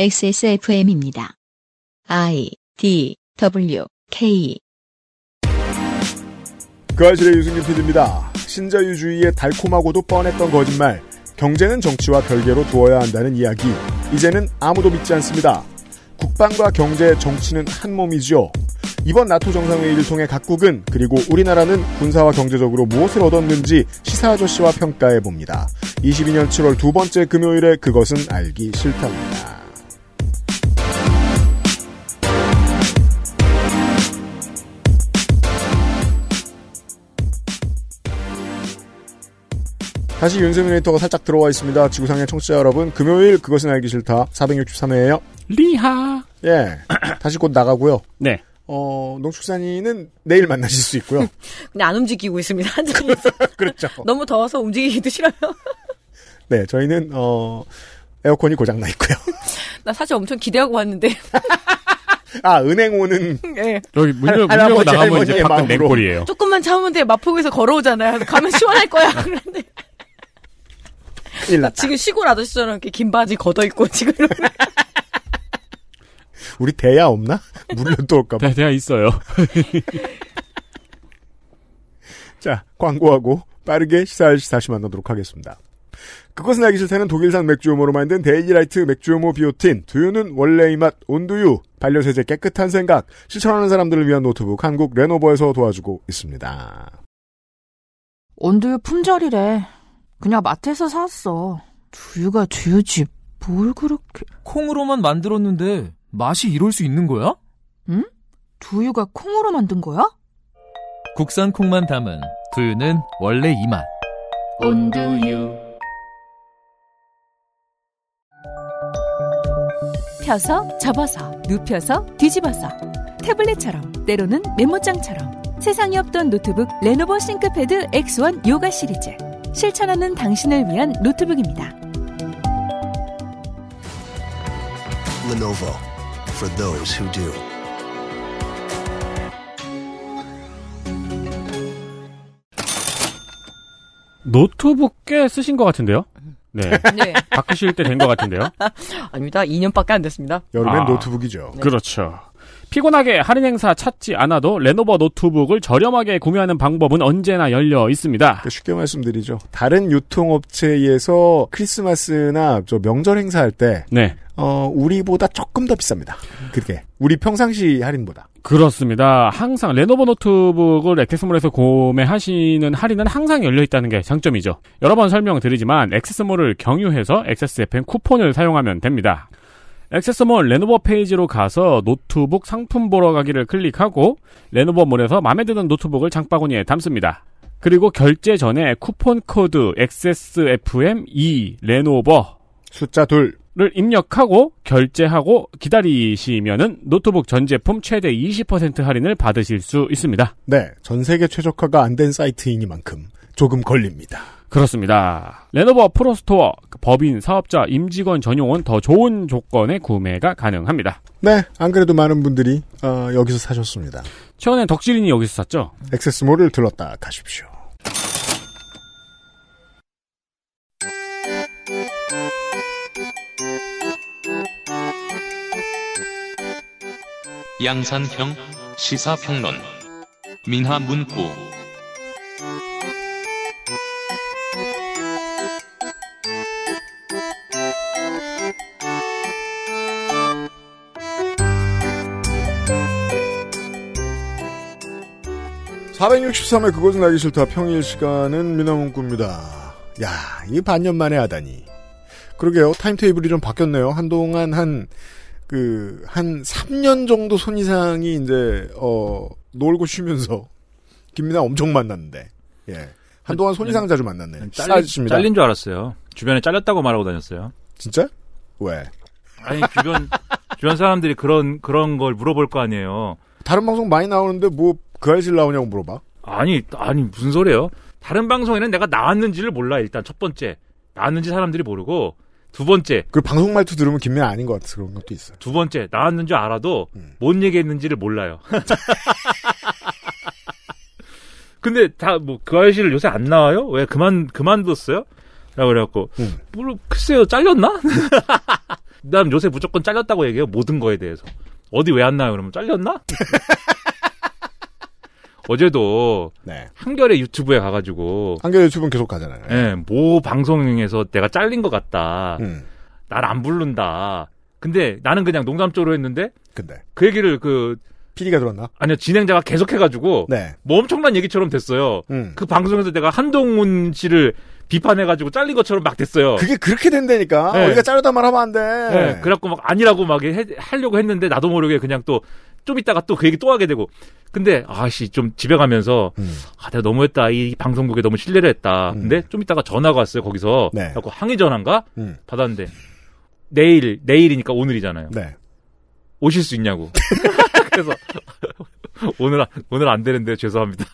XSFM입니다. I D W K 그 아실의 유승균 PD입니다. 신자유주의의 달콤하고도 뻔했던 거짓말. 경제는 정치와 별개로 두어야 한다는 이야기. 이제는 아무도 믿지 않습니다. 국방과 경제, 정치는 한 몸이지요. 이번 나토 정상회의를 통해 각국은 그리고 우리나라는 군사와 경제적으로 무엇을 얻었는지 시사 아저씨와 평가해 봅니다. 22년 7월 두 번째 금요일에 그것은 알기 싫답니다. 다시 윤세민 에디터가 살짝 들어와 있습니다. 지구상의 청취자 여러분, 금요일 그것은 알기 싫다 463회예요. 리하. 예, 다시 곧 나가고요. 네. 어, 농축산인은 내일 만나실 수 있고요. 근데 안 움직이고 있습니다. 한장에서 그렇죠. 너무 더워서 움직이기도 싫어요. 네, 저희는 어 에어컨이 고장 나 있고요. 나 사실 엄청 기대하고 왔는데. 아, 은행 오는 예. 여기 문 열고 문 할아버지, 열고 나가면 할머니의 이제 밖은 마음으로. 냉골이에요. 조금만 참으면 돼. 마포구에서 걸어오잖아요. 가면 시원할 거야. 그런데 큰일 났다. 지금 시골 아저씨처럼 이렇게 긴 바지 걷어입고 지금 이러면 우리 대야 없나? 물려들어올까 봐. 대, 대가 네, 있어요. 자, 광고하고 빠르게 시사일시 다시 만나도록 하겠습니다. 그것은 알기 싫다는 독일산 맥주효모로 만든 데일리라이트 맥주효모 비오틴, 두유는 원래의 맛, 온두유, 반려세제 깨끗한 생각, 실천하는 사람들을 위한 노트북 한국 레노버에서 도와주고 있습니다. 온두유 품절이래. 그냥 마트에서 샀어. 두유가 두유지. 뭘 그렇게. 콩으로만 만들었는데 맛이 이럴 수 있는 거야? 두유가 콩으로 만든 거야? 국산 콩만 담은 두유는 원래 이 맛. 온두유. 펴서 접어서 눕혀서 뒤집어서 태블릿처럼 때로는 메모장처럼 세상에 없던 노트북 레노버 싱크패드 X1 요가 시리즈 실천하는 당신을 위한 노트북입니다. Lenovo for those who do. 노트북 꽤 쓰신 것 같은데요? 네. 네. 바꾸실 때 된 것 같은데요? 아닙니다. 2년밖에 안 됐습니다. 여름엔 아. 노트북이죠. 그렇죠. 피곤하게 할인 행사 찾지 않아도 레노버 노트북을 저렴하게 구매하는 방법은 언제나 열려 있습니다. 그러니까 쉽게 말씀드리죠. 다른 유통업체에서 크리스마스나 저 명절 행사할 때 네. 어, 우리보다 조금 더 비쌉니다. 그게. 우리 평상시 할인보다. 그렇습니다. 항상 레노버 노트북을 액세스몰에서 구매하시는 할인은 항상 열려 있다는 게 장점이죠. 여러 번 설명드리지만 액세스몰을 경유해서 액세스FM 쿠폰을 사용하면 됩니다. 액세스몰 레노버 페이지로 가서 노트북 상품 보러 가기를 클릭하고 레노버몰에서 마음에 드는 노트북을 장바구니에 담습니다. 그리고 결제 전에 쿠폰 코드 XSFM2 레노버 숫자 둘. 를 입력하고 결제하고 기다리시면은 노트북 전 제품 최대 20% 할인을 받으실 수 있습니다. 네. 전 세계 최적화가 안 된 사이트이니만큼 조금 걸립니다. 그렇습니다. 레노버 프로스토어 법인 사업자 임직원 전용은 더 좋은 조건의 구매가 가능합니다. 네. 안 그래도 많은 분들이 어, 여기서 사셨습니다. 최근에 덕질인이 여기서 샀죠. 액세스몰을 들렀다 가십시오. 양산형 시사평론 민하문구 4 6 3회 그것은 알기 싫다 평일 시간은 미나문구입니다. 야, 이 반년 만에 하다니. 그러게요. 타임테이블이 좀 바뀌었네요. 한동안 한, 그, 한 3년 정도 손 이상이 이제, 어, 놀고 쉬면서 김민아 엄청 만났는데. 예. 한동안 손 이상 자주 만났네. 싸집니다 잘린 줄 알았어요. 주변에 잘렸다고 말하고 다녔어요. 진짜? 왜? 아니 주변 주변 사람들이 그런 그런 걸 물어볼 거 아니에요. 다른 방송 많이 나오는데 뭐 그 알실 나오냐고 물어봐. 아니 아니 무슨 소리예요? 다른 방송에는 내가 나왔는지를 몰라 일단 첫 번째 나왔는지 사람들이 모르고 두 번째 그 방송 말투 들으면 김민아 아닌 것 같아서 그런 것도 있어요. 두 번째 나왔는 줄 알아도 음. 뭔 얘기했는지를 몰라요. 근데 다 뭐그 아저씨를 요새 안 나와요? 왜 그만 그만뒀어요? 라고 그래갖고 음. 뭐 글쎄요 잘렸나? 난 요새 무조건 잘렸다고 얘기해요. 모든 거에 대해서. 어디 왜 안 나요? 그러면 잘렸나? 어제도 네. 한결의 유튜브에 가가지고 한겨레 유튜브는 계속 가잖아요. 예, 모 방송에서 내가 잘린 것 같다. 음. 날 안 부른다. 근데 나는 그냥 농담조로 했는데 근데 그 얘기를 그 PD가 들었나? 아니요 진행자가 계속 해가지고 네. 뭐 엄청난 얘기처럼 됐어요. 음. 그 방송에서 내가 한동훈 씨를 비판해가지고 잘린 것처럼 막 됐어요. 그게 네. 그렇게 된다니까. 네. 우리가 자르다 말하면 안 돼. 예, 그래갖고 막 아니라고 막 해- 하려고 했는데 나도 모르게 그냥 또 좀 있다가 또 그 얘기 또 하게 되고. 근데 아씨 좀 집에 가면서 음. 아 내가 너무했다 이 방송국에 너무 신뢰를 했다. 근데 좀 있다가 전화가 왔어요 거기서. 네. 그래갖고 항의 전화인가 음. 받았는데 내일 내일이니까 오늘이잖아요. 네. 오실 수 있냐고. 그래서 오늘 안- 오늘 안 되는데 죄송합니다.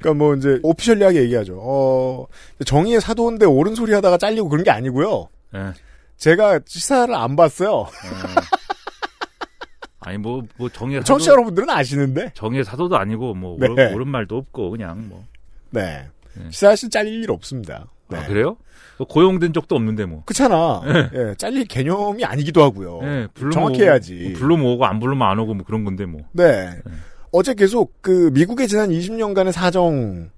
그러니까 뭐 이제 오피셜리하게 얘기하죠. 어, 정의의 사도인데 옳은 소리 하다가 잘리고 그런 게 아니고요. 예. 제가 시사를 안 봤어요. 아, 아니 뭐 뭐 정의 사도 청취자 여러분들은 아시는데. 정의 사도도 아니고 뭐 네. 옳은, 옳은 말도 없고 그냥 뭐. 네. 네. 시사실 잘릴 일 없습니다. 네. 아 그래요? 뭐 고용된 적도 없는데 뭐. 그렇잖아. 예, 잘릴 개념이 아니기도 하고요. 예, 불러 어, 정확히 모으고, 해야지. 뭐 불러 모으고 안 불러면 안 오고 뭐 그런 건데 뭐. 네. 어제 계속 그 미국의 지난 20년간의 사정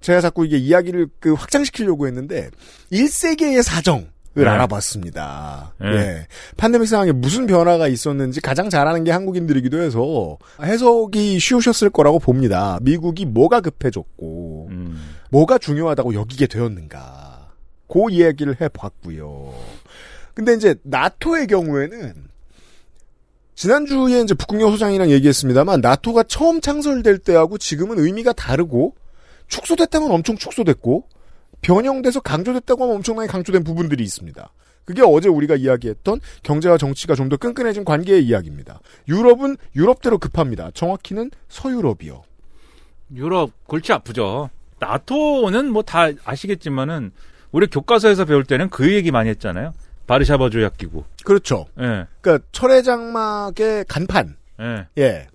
제가 자꾸 이게 이야기를 그 확장시키려고 했는데 1세기의 사정을 네. 알아봤습니다. 네. 예. 팬데믹 상황에 무슨 변화가 있었는지 가장 잘하는 게 한국인들이기도 해서 해석이 쉬우셨을 거라고 봅니다. 미국이 뭐가 급해졌고 음. 뭐가 중요하다고 여기게 되었는가. 그 이야기를 해봤고요. 근데 이제 나토의 경우에는 지난주에 이제 북극여 소장이랑 얘기했습니다만 나토가 처음 창설될 때하고 지금은 의미가 다르고 축소됐다면 엄청 축소됐고 변형돼서 강조됐다고 하면 엄청나게 강조된 부분들이 있습니다. 그게 어제 우리가 이야기했던 경제와 정치가 좀 더 끈끈해진 관계의 이야기입니다. 유럽은 유럽대로 급합니다. 정확히는 서유럽이요. 유럽 골치 아프죠. 나토는 뭐 다 아시겠지만은 우리 교과서에서 배울 때는 그 얘기 많이 했잖아요. 바르샤바 조약 기구. 그렇죠. 예. 그러니까 철의 장막의 간판. 예. 예.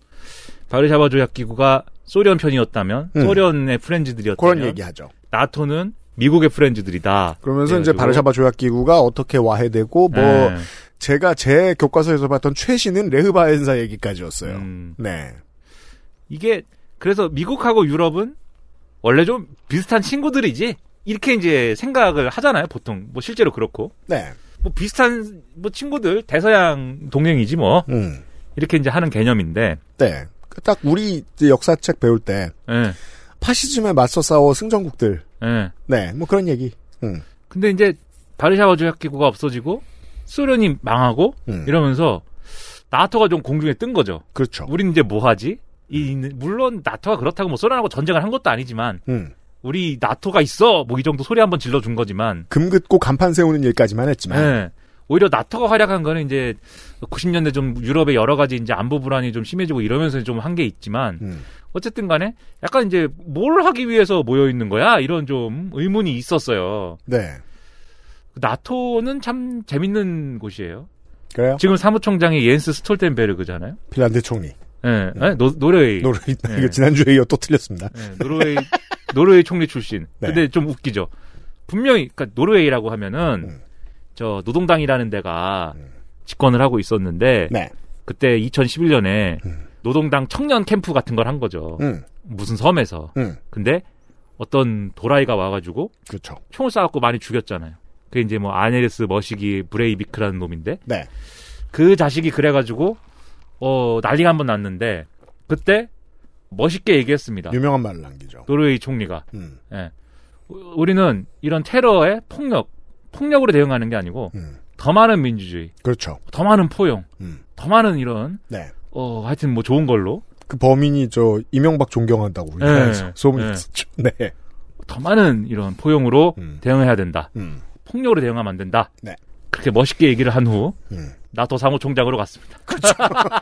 바르샤바 조약 기구가 소련 편이었다면 음. 소련의 프렌즈들이었다면 그런 얘기하죠. 나토는 미국의 프렌즈들이다. 그러면서 이제 예, 그래가지고- 바르샤바 조약기구가 어떻게 와해되고 뭐 예. 제가 제 교과서에서 봤던 최신은 레흐바엔사 얘기까지였어요. 음. 네. 이게 그래서 미국하고 유럽은 원래 좀 비슷한 친구들이지 이렇게 이제 생각을 하잖아요. 보통 뭐 실제로 그렇고 네. 뭐 비슷한 뭐 친구들 대서양 동맹이지 뭐 음. 이렇게 이제 하는 개념인데 네. 그딱 우리 이제 역사책 배울 때 예, 파시즘에 맞서 싸워 승전국들. 예. 네. 뭐 그런 얘기. 음. 근데 이제 바르샤바 조약 기구가 없어지고 소련이 망하고 음. 이러면서 나토가 좀 공중에 뜬 거죠. 그렇죠. 우린 이제 뭐 하지? 이 있는- 물론 나토가 그렇다고 뭐 소련하고 전쟁을 한 것도 아니지만 음. 우리 나토가 있어 뭐 이 정도 소리 한번 질러 준 거지만 금긋고 간판 세우는 일까지만 했지만. 예. 오히려 나토가 활약한 거는 이제 90년대 좀 유럽의 여러 가지 이제 안보 불안이 좀 심해지고 이러면서 좀 한 게 있지만 음. 어쨌든 간에 약간 이제 뭘 하기 위해서 모여 있는 거야? 이런 좀 의문이 있었어요. 네. 나토는 참 재밌는 곳이에요. 그래요? 지금 사무총장이 옌스 스톨텐베르그잖아요. 핀란드 총리. 예. 아니, 노, 노르웨이. 음. 노르 네. 이거 지난주에 이어 또 틀렸습니다. 예, 노르웨이 노르웨이 총리 출신. 네. 근데 좀 웃기죠. 분명히 그러니까 노르웨이라고 하면은 음. 저 노동당이라는 데가 집권을 하고 있었는데 네. 그때 2011년에 음. 노동당 청년 캠프 같은 걸 한 거죠. 음. 무슨 섬에서. 음. 근데 어떤 도라이가 와가지고 그렇죠. 총을 쏴갖고 많이 죽였잖아요. 그게 이제 뭐 아네르스 머시기 브레이비크라는 놈인데 네. 그 자식이 그래가지고 어 난리가 한 번 났는데 그때 멋있게 얘기했습니다. 유명한 말을 남기죠. 노르웨이 총리가 음. 예. 우- 우리는 이런 테러에 폭력, 폭력으로 대응하는 게 아니고 음. 더 많은 민주주의, 그렇죠. 더 많은 포용, 음. 더 많은 이런 네. 어 하여튼 뭐 좋은 걸로 그 범인이 저 이명박 존경한다고 우리나라에서 예. 소문이 예. 있었죠. 네. 더 많은 이런 포용으로 음. 대응해야 된다. 음. 폭력으로 대응하면 안 된다. 네. 그렇게 멋있게 얘기를 한 후 음. 나토 사무총장으로 갔습니다. 그렇죠.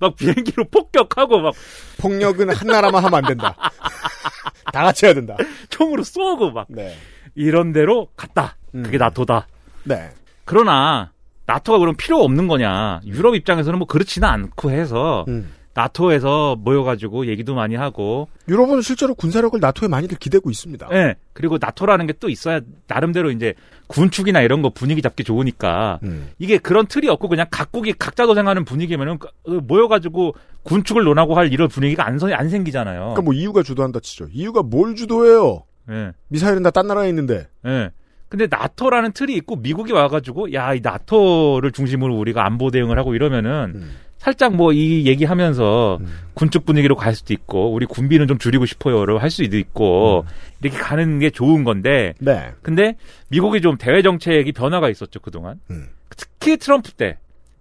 막 비행기로 폭격하고 막 폭력은 한 나라만 하면 안 된다. 다 같이 해야 된다. 총으로 쏘고 막 네. 이런 데로 갔다. 음. 그게 나토다. 네. 그러나 나토가 그럼 필요 없는 거냐? 유럽 입장에서는 뭐 그렇지는 않고 해서 음. 나토에서 모여가지고 얘기도 많이 하고, 네. 유럽은 실제로 군사력을 나토에 많이들 기대고 있습니다. 예. 그리고 나토라는 게 또 있어야 나름대로 이제 군축이나 이런 거 분위기 잡기 음. 좋으니까 이게 그런 틀이 없고 그냥 각국이 각자 도생하는 분위기면은 그- 모여가지고 군축을 논하고 할 이런 분위기가 안, 선- 안 생기잖아요. 그러니까 뭐 이유가 주도한다 치죠. 이유가 뭘 주도해요? 예. 미사일은 다 딴 나라에 있는데. 예. 근데 나토라는 틀이 있고 미국이 와가지고 야 이 나토를 중심으로 우리가 안보 대응을 하고 이러면은 음. 살짝 뭐 이 얘기하면서 군축 분위기로 갈 수도 있고 우리 군비는 좀 줄이고 싶어요를 할 수도 있고 음. 이렇게 가는 게 좋은 건데 네. 근데 미국이 좀 대외 정책이 변화가 있었죠 그동안 음. 특히 트럼프 때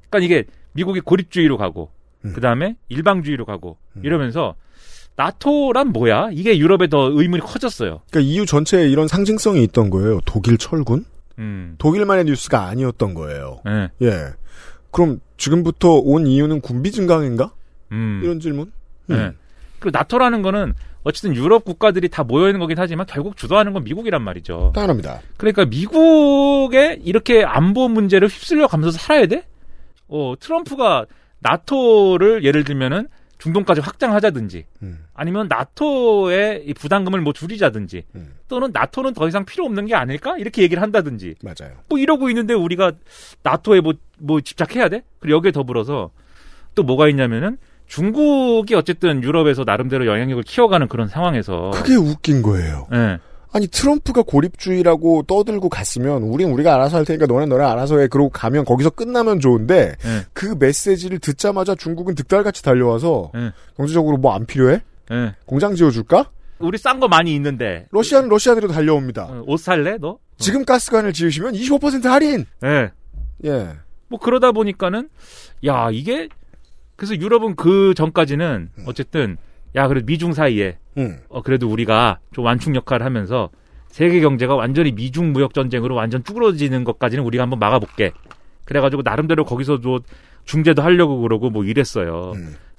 그러니까 이게 미국이 고립주의로 가고 그다음에 일방주의로 가고 음. 이러면서 나토란 뭐야 이게 유럽에 더 의문이 커졌어요 그러니까 EU 전체에 이런 상징성이 있던 거예요. 독일 철군? 음. 독일만의 뉴스가 아니었던 거예요. 예. 예. 그럼 지금부터 온 이유는 군비 증강인가? 음. 이런 질문? 음. 예. 그리고 나토라는 거는 어쨌든 유럽 국가들이 다 모여 있는 거긴 하지만 결국 주도하는 건 미국이란 말이죠. 당연합니다. 그러니까 미국의 이렇게 안보 문제를 휩쓸려 가면서 살아야 돼? 어, 트럼프가 나토를 예를 들면은 중동까지 확장하자든지 음. 아니면 나토의 이 부담금을 뭐 줄이자든지 음. 또는 나토는 더 이상 필요 없는 게 아닐까? 이렇게 얘기를 한다든지 맞아요. 뭐 이러고 있는데 우리가 나토에 뭐, 뭐 집착해야 돼? 그리고 여기에 더불어서 또 뭐가 있냐면은 중국이 어쨌든 유럽에서 나름대로 영향력을 키워가는 그런 상황에서 그게 웃긴 거예요. 예. 아니 트럼프가 고립주의라고 떠들고 갔으면 우린 우리가 알아서 할 테니까 너네 너네 알아서 해 그러고 가면 거기서 끝나면 좋은데 예. 그 메시지를 듣자마자 중국은 득달같이 달려와서 예. 경제적으로 뭐 안 필요해? 예. 공장 지어줄까? 우리 싼 거 많이 있는데 러시아는 러시아대로 달려옵니다. 어, 옷 살래 너? 지금 가스관을 지으시면 25% 할인. 예. 예. 뭐 그러다 보니까는 야 이게 그래서 유럽은 그 전까지는 어쨌든 야 그래도 미중 사이에 음. 어 그래도 우리가 좀 완충 역할을 하면서 세계 경제가 완전히 미중 무역 전쟁으로 완전 쭈그러지는 것까지는 우리가 한번 막아볼게. 그래가지고 나름대로 거기서도 뭐 중재도 하려고 그러고 뭐 이랬어요.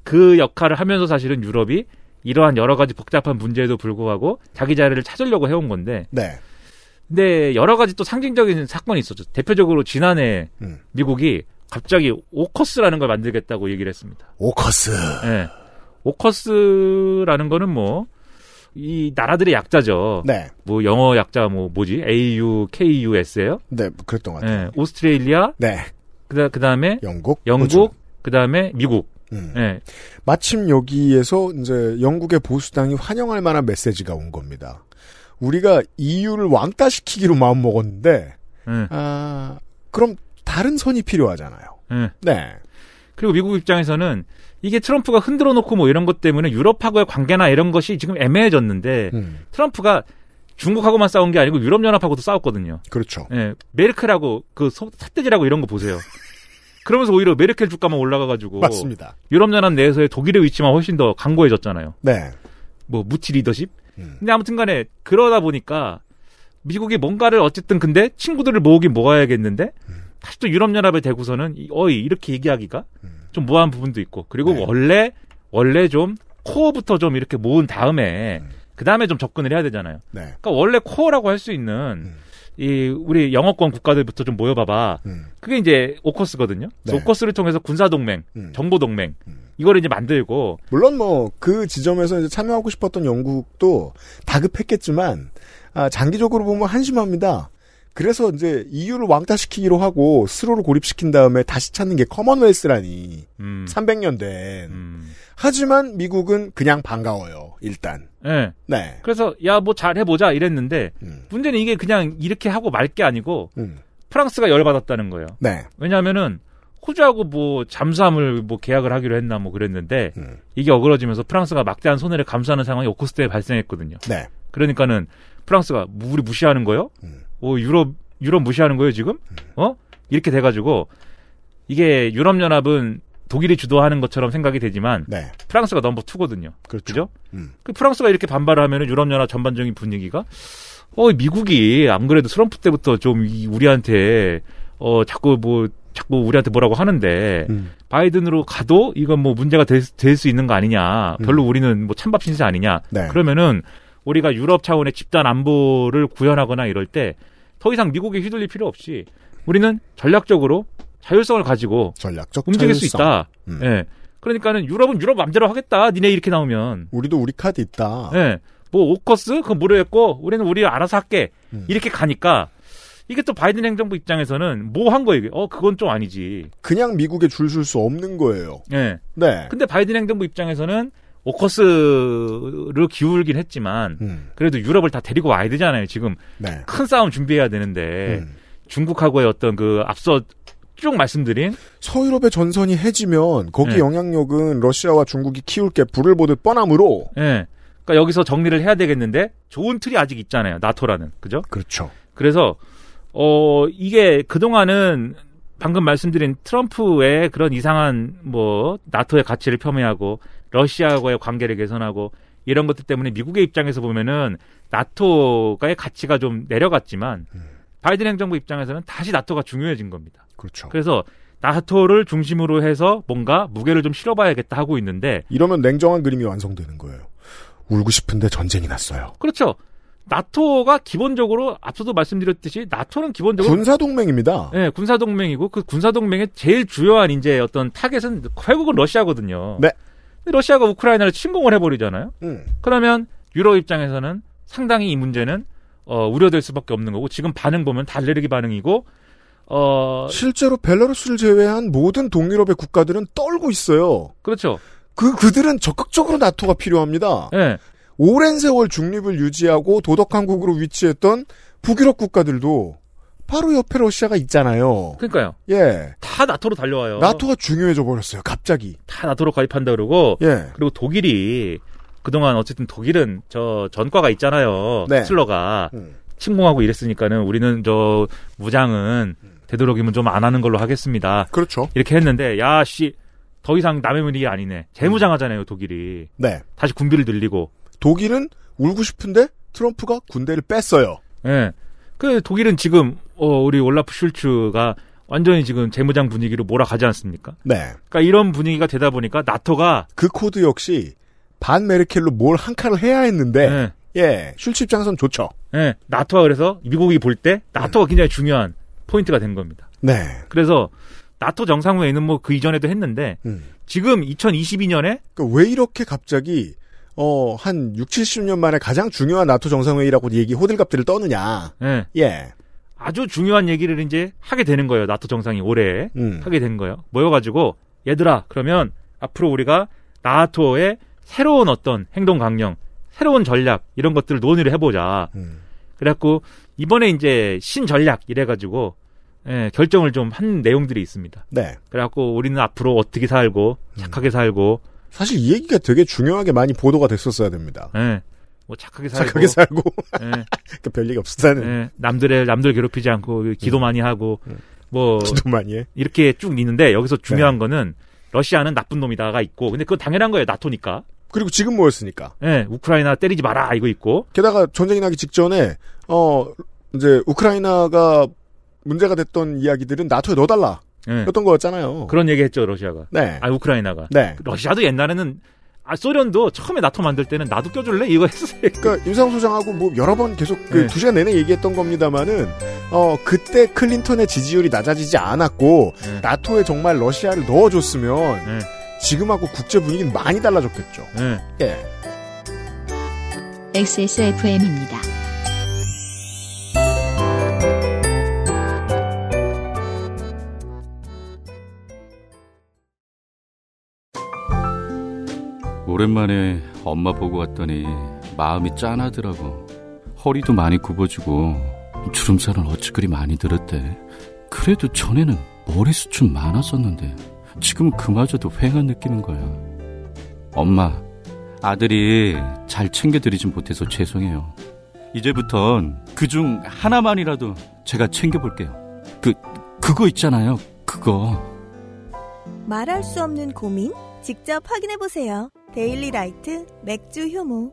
그 역할을 하면서 사실은 유럽이 이러한 여러 가지 복잡한 문제에도 불구하고 자기 자리를 찾으려고 해온 건데 네. 근데 여러 가지 또 상징적인 사건이 있었죠. 대표적으로 지난해 음. 미국이 갑자기 오커스라는 걸 만들겠다고 얘기를 했습니다. 오커스. 예. 오커스라는 거는 뭐 이 나라들의 약자죠. 네. 뭐 영어 약자 뭐 뭐지? AU, KUS예요. 네. 뭐 그랬던 것 같아요. 예. 오스트레일리아, 네. 그다, 그다음에 영국. 호주. 영국, 그다음에 미국. 그렇죠. 음. 예. 마침 여기에서 이제 영국의 보수당이 환영할 만한 메시지가 온 겁니다. 우리가 EU를 왕따시키기로 마음 먹었는데 예. 아, 그럼 다른 선이 필요하잖아요. 예. 네. 그리고 미국 입장에서는 이게 트럼프가 흔들어 놓고 뭐 이런 것 때문에 유럽하고의 관계나 이런 것이 지금 애매해졌는데 음, 트럼프가 중국하고만 싸운 게 아니고 유럽연합하고도 싸웠거든요. 그렇죠. 예, 메르켈하고 그 소- 삿대질하고 이런 거 보세요. 그러면서 오히려 메르켈 주가만 올라가가지고 맞습니다. 유럽연합 내에서의 독일의 위치만 훨씬 더 강고해졌잖아요. 네. 뭐 무치 리더십. 음. 근데 아무튼간에 그러다 보니까 미국이 뭔가를 어쨌든 근데 친구들을 모으긴 모아야겠는데 다시 또 유럽연합에 대고서는 이- 어이 이렇게 얘기하기가 좀 모호한 부분도 있고 그리고 음. 네. 원래 원래 좀 코어부터 좀 이렇게 모은 다음에 그 다음에 좀 접근을 해야 되잖아요. 네. 그러니까 원래 코어라고 할 수 있는 음. 이 우리 영어권 국가들부터 좀 모여봐봐. 음, 그게 이제 오커스거든요. 네. 오커스를 통해서 군사 동맹, 음. 정보 동맹 이거를 이제 만들고 물론 뭐 그 지점에서 이제 참여하고 싶었던 영국도 다급했겠지만 아, 장기적으로 보면 한심합니다. 그래서 이제 EU를 왕따시키기로 하고 스스로를 고립시킨 다음에 다시 찾는 게 커먼웰스라니 음, 300년 된. 음. 하지만 미국은 그냥 반가워요. 일단. 예. 네. 그래서 야 뭐 잘 해보자 이랬는데 음. 문제는 이게 그냥 이렇게 하고 말 게 아니고 음. 프랑스가 열받았다는 거예요. 네. 왜냐하면은 호주하고 뭐 잠수함을 뭐 계약을 하기로 했나 뭐 그랬는데 음. 이게 어그러지면서 프랑스가 막대한 손해를 감수하는 상황이 오커스 때 발생했거든요. 네. 그러니까는 프랑스가 뭐 우리 무시하는 거요? 음. 어, 유럽 유럽 무시하는 거예요 지금? 어? 이렇게 돼가지고 이게 유럽 연합은 독일이 주도하는 것처럼 생각이 되지만 네. 프랑스가 넘버 투거든요. 그렇죠. 그죠? 음. 그 프랑스가 이렇게 반발을 하면은 유럽 연합 전반적인 분위기가 어 미국이 안 그래도 트럼프 때부터 좀 이- 우리한테 어 자꾸 뭐 자꾸 우리한테 뭐라고 하는데 음. 바이든으로 가도 이건 뭐 문제가 될 수 있는 거 아니냐. 별로 우리는 뭐 찬밥 신세 아니냐. 음. 네. 그러면은 우리가 유럽 차원의 집단 안보를 구현하거나 이럴 때 더 이상 미국에 휘둘릴 필요 없이 우리는 전략적으로 자율성을 가지고 전략적 움직일 수 자율성. 있다. 음. 예. 그러니까는 유럽은 유럽 맘대로 하겠다. 니네 이렇게 나오면. 우리도 우리 카드 있다. 네. 예. 뭐 오커스 그건 모르겠고 우리는 우리 알아서 할게. 음. 이렇게 가니까 이게 또 바이든 행정부 입장에서는 뭐 한 거예요? 이게? 어, 그건 좀 아니지. 그냥 미국에 줄 설 수 없는 거예요. 예. 네. 근데 바이든 행정부 입장에서는 오커스를 기울긴 했지만 음, 그래도 유럽을 다 데리고 와야 되잖아요. 지금 네. 큰 싸움 준비해야 되는데 음. 중국하고의 어떤 그 앞서 쭉 말씀드린 서유럽의 전선이 해지면 거기 네. 영향력은 러시아와 중국이 키울 게 불을 보듯 뻔함으로 예. 그러니까 여기서 정리를 해야 되겠는데 좋은 틀이 아직 있잖아요. 나토라는. 그죠? 그렇죠. 그래서 어 이게 그동안은 방금 말씀드린 트럼프의 그런 이상한 뭐 나토의 가치를 폄훼하고 러시아와의 관계를 개선하고 이런 것들 때문에 미국의 입장에서 보면은 나토가의 가치가 좀 내려갔지만 바이든 행정부 입장에서는 다시 나토가 중요해진 겁니다. 그렇죠. 그래서 나토를 중심으로 해서 뭔가 무게를 좀 실어봐야겠다 하고 있는데 이러면 냉정한 그림이 완성되는 거예요. 울고 싶은데 전쟁이 났어요. 그렇죠. 나토가 기본적으로 앞서도 말씀드렸듯이 나토는 기본적으로 군사 동맹입니다. 예, 군사 동맹이고 그 군사 동맹의 제일 주요한 이제 어떤 타겟은 결국은 러시아거든요. 네. 근데 러시아가 우크라이나를 침공을 해버리잖아요. 음, 그러면 유럽 입장에서는 상당히 이 문제는 어, 우려될 수밖에 없는 거고 지금 반응 보면 달레르기 반응이고 어 실제로 벨라루스를 제외한 모든 동유럽의 국가들은 떨고 있어요. 그렇죠. 그 그들은 적극적으로 나토가 필요합니다. 예. 오랜 세월 중립을 유지하고 도덕한 국으로 위치했던 북유럽 국가들도 바로 옆에 러시아가 있잖아요. 그러니까요. 어. 예. 다 나토로 달려와요. 나토가 중요해져 버렸어요. 갑자기. 다 나토로 가입한다 그러고 예. 그리고 독일이 그동안 어쨌든 독일은 저 전과가 있잖아요. 네. 슬러가 음. 침공하고 이랬으니까는 우리는 저 무장은 되도록이면 좀 안 하는 걸로 하겠습니다. 그렇죠. 이렇게 했는데 야씨 더 이상 남의 문이 아니네. 재무장하잖아요 독일이. 네. 다시 군비를 늘리고. 독일은 울고 싶은데 트럼프가 군대를 뺐어요. 예. 그 독일은 지금 어, 우리 올라프 슐츠가 완전히 지금 재무장 분위기로 몰아가지 않습니까? 네. 그러니까 이런 분위기가 되다 보니까 나토가 그 코드 역시 반 메르켈로 뭘 한 칸을 해야 했는데 예, 예. 슐츠 입장에선 좋죠. 예, 나토가 그래서 미국이 볼 때 나토가 굉장히 중요한 포인트가 된 겁니다. 네. 그래서 나토 정상회의는 뭐 그 이전에도 했는데 음. 지금 2022년에 그러니까 왜 이렇게 갑자기 어, 한 6, 70년 만에 가장 중요한 나토 정상회의라고 얘기 호들갑들을 떠느냐. 예, 예. 아주 중요한 얘기를 이제 하게 되는 거예요. 나토 정상이 올해 음. 하게 된 거예요. 모여가지고 얘들아 그러면 앞으로 우리가 나토의 새로운 어떤 행동 강령, 새로운 전략 이런 것들을 논의를 해보자. 음. 그래갖고 이번에 이제 신전략 이래가지고 예, 결정을 좀 한 내용들이 있습니다. 네. 그래갖고 우리는 앞으로 어떻게 살고 착하게 살고 사실 이 얘기가 되게 중요하게 많이 보도가 됐었어야 됩니다. 예, 뭐 착하게 살고 착하게 살고 예, 그러니까 별 얘기 없었다는 예, 남들의 남들 괴롭히지 않고 기도 많이 하고 뭐 음. 기도 많이 해. 이렇게 쭉 있는데 여기서 중요한 네. 거는 러시아는 나쁜 놈이다가 있고 근데 그건 당연한 거예요 나토니까 그리고 지금 뭐였으니까. 예, 우크라이나 때리지 마라 이거 있고 게다가 전쟁이 나기 직전에 어 이제 우크라이나가 문제가 됐던 이야기들은 나토에 넣어달라 예, 였던 거였잖아요. 그런 얘기했죠 러시아가 네, 아 우크라이나가 네. 러시아도 옛날에는 아 소련도 처음에 나토 만들 때는 나도 껴줄래 이거 했어요 그러니까 임상 소장하고 뭐 여러 번 계속 그 네. 두 시간 내내 얘기했던 겁니다만은 어 그때 클린턴의 지지율이 낮아지지 않았고 네. 나토에 정말 러시아를 넣어줬으면 네. 지금하고 국제 분위기는 많이 달라졌겠죠. 예. 예. XSFM입니다. 오랜만에 엄마 보고 왔더니 마음이 짠하더라고. 허리도 많이 굽어지고 주름살은 어찌 그리 많이 들었대. 그래도 전에는 머리숱은 많았었는데 지금은 그마저도 휑한 느끼는 거야. 엄마, 아들이 잘 챙겨드리진 못해서 죄송해요. 이제부턴 그중 하나만이라도 제가 챙겨볼게요. 그, 그거 있잖아요. 그거. 말할 수 없는 고민? 직접 확인해 보세요. 데일리 라이트 맥주 효모.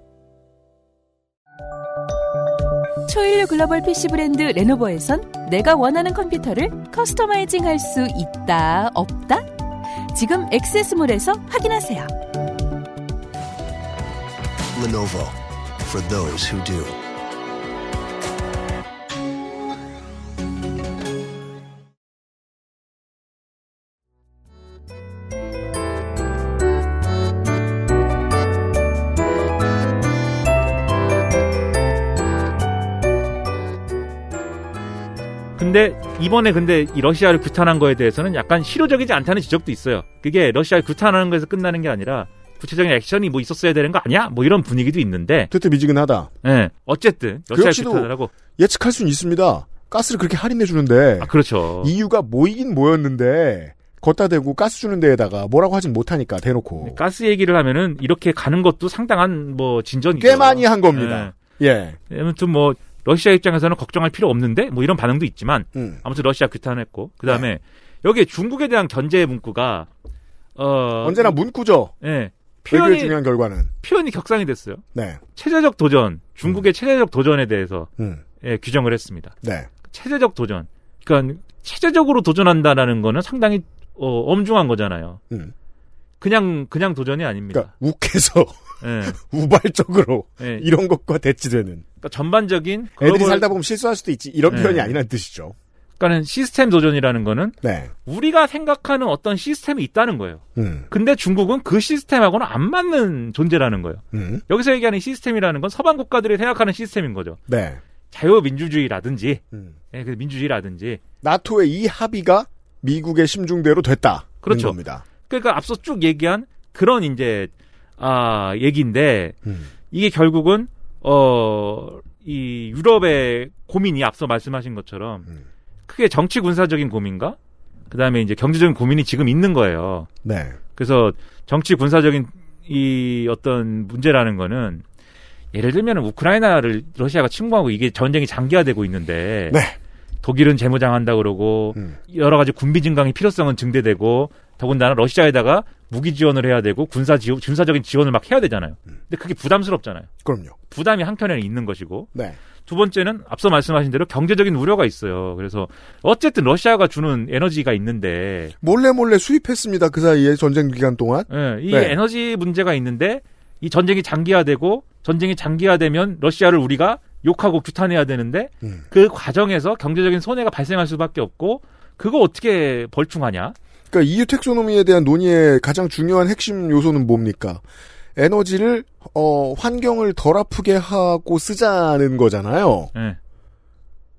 초일류 글로벌 PC 브랜드 레노버에선 내가 원하는 컴퓨터를 커스터마이징 할 수 있다, 없다? 지금 액세스몰에서 확인하세요. Lenovo for those who do. 근데 이번에 근데 이 러시아를 규탄한 거에 대해서는 약간 실효적이지 않다는 지적도 있어요. 그게 러시아를 규탄하는 거에서 끝나는 게 아니라 구체적인 액션이 뭐 있었어야 되는 거 아니야? 뭐 이런 분위기도 있는데. 뜨뜻미지근하다. 예. 어쨌든 그 러시아 역시도 규탄을 하고 예측할 수는 있습니다. 가스를 그렇게 할인해 주는데 아 그렇죠. 이유가 뭐이긴 뭐였는데 걷다 대고 가스 주는 데에다가 뭐라고 하진 못하니까 대놓고 네, 가스 얘기를 하면은 이렇게 가는 것도 상당한 뭐 진전이 꽤 많이 한 겁니다. 네. 예. 아무튼 뭐 러시아 입장에서는 걱정할 필요 없는데 뭐 이런 반응도 있지만 음. 아무튼 러시아 규탄했고 그다음에 네. 여기에 중국에 대한 견제의 문구가 어 언제나 문구죠. 예. 외교의 표현이 중요한 결과는 표현이 격상이 됐어요. 네. 체제적 도전, 중국의 체제적 도전에 대해서 음. 예, 규정을 했습니다. 네. 체제적 도전. 그러니까 체제적으로 도전한다라는 거는 상당히 어, 엄중한 거잖아요. 음. 그냥 그냥 도전이 아닙니다. 그러니까 욱해서 예. 우발적으로 예. 그러니까 이런 것과 대치되는 그러니까 전반적인 애들이 글로벌- 살다 보면 실수할 수도 있지 이런 네. 표현이 아니란 뜻이죠. 그러니까는 시스템 도전이라는 거는 네. 우리가 생각하는 어떤 시스템이 있다는 거예요. 음. 근데 중국은 그 시스템하고는 안 맞는 존재라는 거예요. 음. 여기서 얘기하는 시스템이라는 건 서방 국가들이 생각하는 시스템인 거죠. 네. 자유민주주의라든지 음. 예, 그 민주주의라든지 나토의 이 합의가 미국의 심중대로 됐다. 그렇죠. 겁니다. 그러니까 앞서 쭉 얘기한 그런 이제 아 얘기인데 음. 이게 결국은 어 이 유럽의 고민이 앞서 말씀하신 것처럼 음. 크게 정치 군사적인 고민과 그다음에 이제 경제적인 고민이 지금 있는 거예요. 네. 그래서 정치 군사적인 이 어떤 문제라는 거는 예를 들면 우크라이나를 러시아가 침공하고 이게 전쟁이 장기화되고 있는데 네. 음. 독일은 재무장한다 그러고 여러 가지 군비 증강의 필요성은 증대되고 더군다나 러시아에다가 무기 지원을 해야 되고 군사 지 군사적인 지원을 막 해야 되잖아요. 근데 그게 부담스럽잖아요. 그럼요. 부담이 한켠에는 있는 것이고 네. 두 번째는 앞서 말씀하신 대로 경제적인 우려가 있어요. 그래서 어쨌든 러시아가 주는 에너지가 있는데 몰래 몰래 수입했습니다. 그 사이에 전쟁 기간 동안. 예, 이 네. 에너지 문제가 있는데 이 전쟁이 장기화되고 전쟁이 장기화되면 러시아를 우리가 욕하고 규탄해야 되는데 음. 그 과정에서 경제적인 손해가 발생할 수밖에 없고 그거 어떻게 벌충하냐? 그러니까 EU 텍소노미에 대한 논의의 가장 중요한 핵심 요소는 뭡니까? 에너지를 어, 환경을 덜 아프게 하고 쓰자는 거잖아요. 네.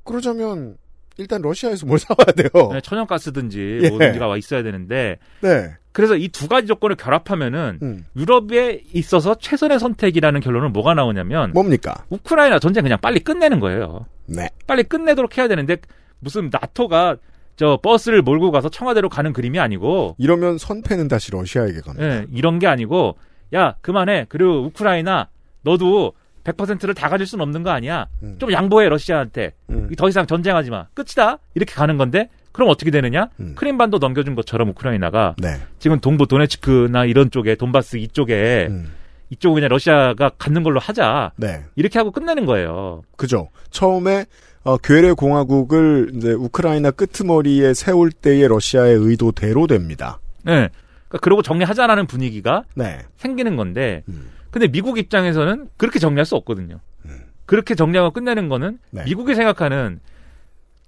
그러자면 일단 러시아에서 뭘 사와야 돼요. 네, 천연가스든지 어. 예. 뭐든지가 와 있어야 되는데 네. 그래서 이 두 가지 조건을 결합하면은 음. 유럽에 있어서 최선의 선택이라는 결론은 뭐가 나오냐면 뭡니까? 우크라이나 전쟁 그냥 빨리 끝내는 거예요. 네. 빨리 끝내도록 해야 되는데 무슨 나토가 저 버스를 몰고 가서 청와대로 가는 그림이 아니고 이러면 선패는 다시 러시아에게 갑니다. 예, 이런 게 아니고 야 그만해 그리고 우크라이나 너도 100%를 다 가질 순 없는 거 아니야 음. 좀 양보해 러시아한테 더 이상 전쟁하지 마 끝이다 이렇게 가는 건데 그럼 어떻게 되느냐 음. 크림반도 넘겨준 것처럼 우크라이나가 네. 지금 동부 도네츠크나 이런 쪽에 돈바스 이쪽에 음. 이쪽은 그냥 러시아가 갖는 걸로 하자 네. 이렇게 하고 끝내는 거예요 그죠. 처음에 어, 괴뢰 공화국을 이제 우크라이나 끄트머리에 세울 때의 러시아의 의도대로 됩니다. 예. 그러니까 그러고 정리하자라는 분위기가 네. 음. 생기는 건데 근데 미국 입장에서는 그렇게 정리할 수 없거든요. 그렇게 정리하고 끝내는 거는 미국이 생각하는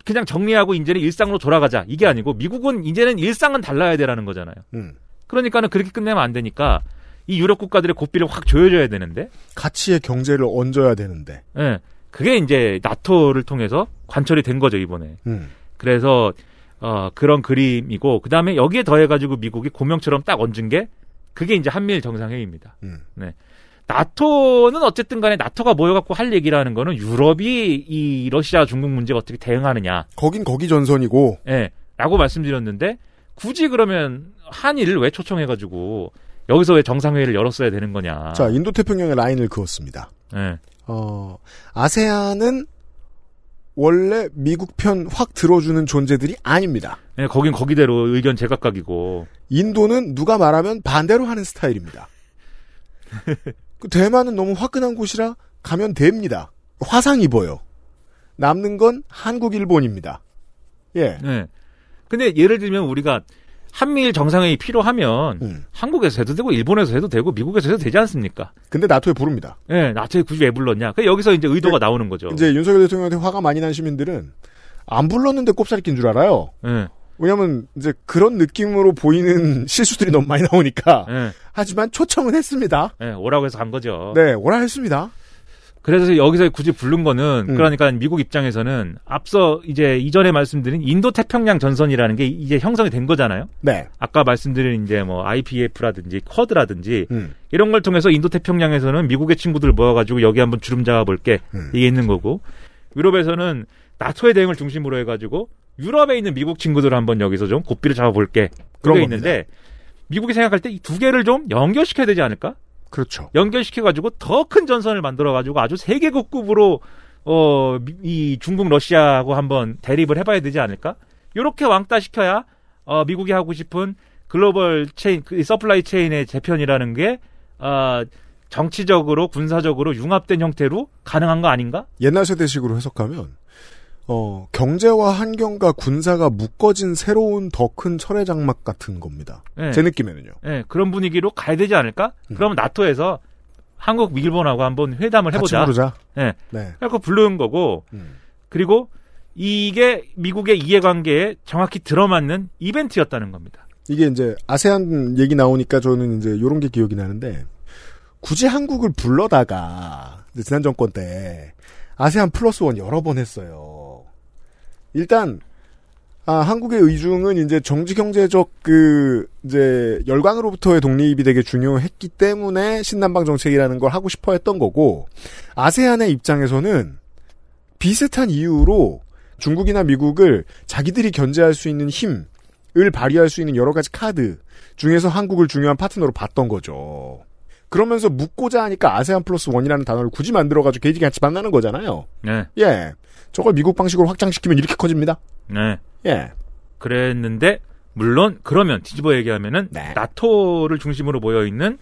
그냥 정리하고 이제는 일상으로 돌아가자 이게 아니고 미국은 이제는 일상은 달라야 되라는 거잖아요. 음. 그러니까는 그렇게 끝내면 안 되니까 이 유럽 국가들의 고삐를 확 조여줘야 되는데 가치의 경제를 얹어야 되는데. 예. 그게 이제 나토를 통해서 관철이 된 거죠 이번에. 음. 그래서 어, 그런 그림이고 그 다음에 여기에 더해가지고 미국이 고명처럼 딱 얹은 게 그게 이제 한미일 정상회의입니다. 네. 나토는 어쨌든 간에 나토가 모여갖고 할 얘기라는 거는 유럽이 이 러시아 중국 문제에 어떻게 대응하느냐. 거긴 거기 전선이고. 예. 라고 말씀드렸는데 굳이 그러면 한일을 왜 초청해가지고 여기서 왜 정상회의를 열었어야 되는 거냐. 자, 인도태평양의 라인을 그었습니다. 예. 어, 아세안은 원래 미국 편 확 들어주는 존재들이 아닙니다. 예, 거긴 거기대로 의견 제각각이고. 인도는 누가 말하면 반대로 하는 스타일입니다. 그 대만은 너무 화끈한 곳이라 가면 됩니다. 화상 입어요. 남는 건 한국, 일본입니다. 예. 네. 근데 예를 들면 우리가 한미일 정상회의 필요하면 음. 한국에서 해도 되고 일본에서 해도 되고 미국에서 해도 되지 않습니까? 근데 나토에 부릅니다. 예, 나토에 굳이 왜 불렀냐? 그 여기서 이제 의도가 나오는 거죠. 네. 이제 윤석열 대통령한테 화가 많이 난 시민들은 안 불렀는데 꼽살이 낀 줄 알아요. 예. 왜냐면 이제 그런 느낌으로 보이는 실수들이 너무 많이 나오니까. 예. 하지만 초청은 했습니다. 예, 오라고 해서 간 거죠. 네, 오라 했습니다. 그래서 여기서 굳이 부른 거는 음. 그러니까 미국 입장에서는 앞서 이제 이전에 말씀드린 인도 태평양 전선이라는 게 이제 형성이 된 거잖아요. 네. 아까 말씀드린 이제 뭐 IPF라든지 음. 쿼드라든지 이런 걸 통해서 인도 태평양에서는 미국의 친구들 모아가지고 여기 한번 주름 잡아볼게 음. 이게 있는 거고 유럽에서는 나토의 대응을 중심으로 해가지고 유럽에 있는 미국 친구들 을 한번 여기서 좀 고삐를 잡아볼게 그런 그게 겁니다. 있는데 미국이 생각할 때 이 두 개를 좀 연결시켜야 되지 않을까? 그렇죠. 연결시켜가지고 더 큰 전선을 만들어가지고 아주 세계국급으로 어, 미- 이 중국 러시아하고 한번 대립을 해봐야 되지 않을까? 요렇게 왕따 시켜야 어, 미국이 하고 싶은 글로벌 체인, 그 서플라이 체인의 재편이라는 게 아, 정치적으로 군사적으로 융합된 형태로 가능한 거 아닌가? 옛날 세대식으로 해석하면 어, 경제와 환경과 군사가 묶어진 새로운 더 큰 철의 장막 같은 겁니다. 네. 제 음. 느낌에는요. 예, 그런 분위기로 가야 되지 않을까? 그러면 나토에서 한국, 일본하고 한번 회담을 같이 해보자. 부르자. 예. 네. 음. 그래서 부르는 거고, 그리고 이게 미국의 이해관계에 정확히 들어맞는 이벤트였다는 겁니다. 이게 이제 아세안 얘기 나오니까 저는 이제 요런 게 기억이 나는데 굳이 한국을 불러다가 이제 지난 정권 때 아세안 플러스 원 여러 번 했어요. 일단 아, 한국의 의중은 이제 정치 경제적 그 이제 열광으로부터의 독립이 되게 중요했기 때문에 신남방 정책이라는 걸 하고 싶어 했던 거고 아세안의 입장에서는 비슷한 이유로 중국이나 미국을 자기들이 견제할 수 있는 힘을 발휘할 수 있는 여러 가지 카드 중에서 한국을 중요한 파트너로 봤던 거죠. 그러면서 묻고자 하니까 아세안 플러스 원이라는 단어를 굳이 만들어가지고 개이지 같이 만나는 거잖아요. 네. 예. 저걸 미국 방식으로 확장시키면 이렇게 커집니다. 네. 예. 그랬는데, 물론, 그러면, 뒤집어 얘기하면은, 나토를 중심으로 모여있는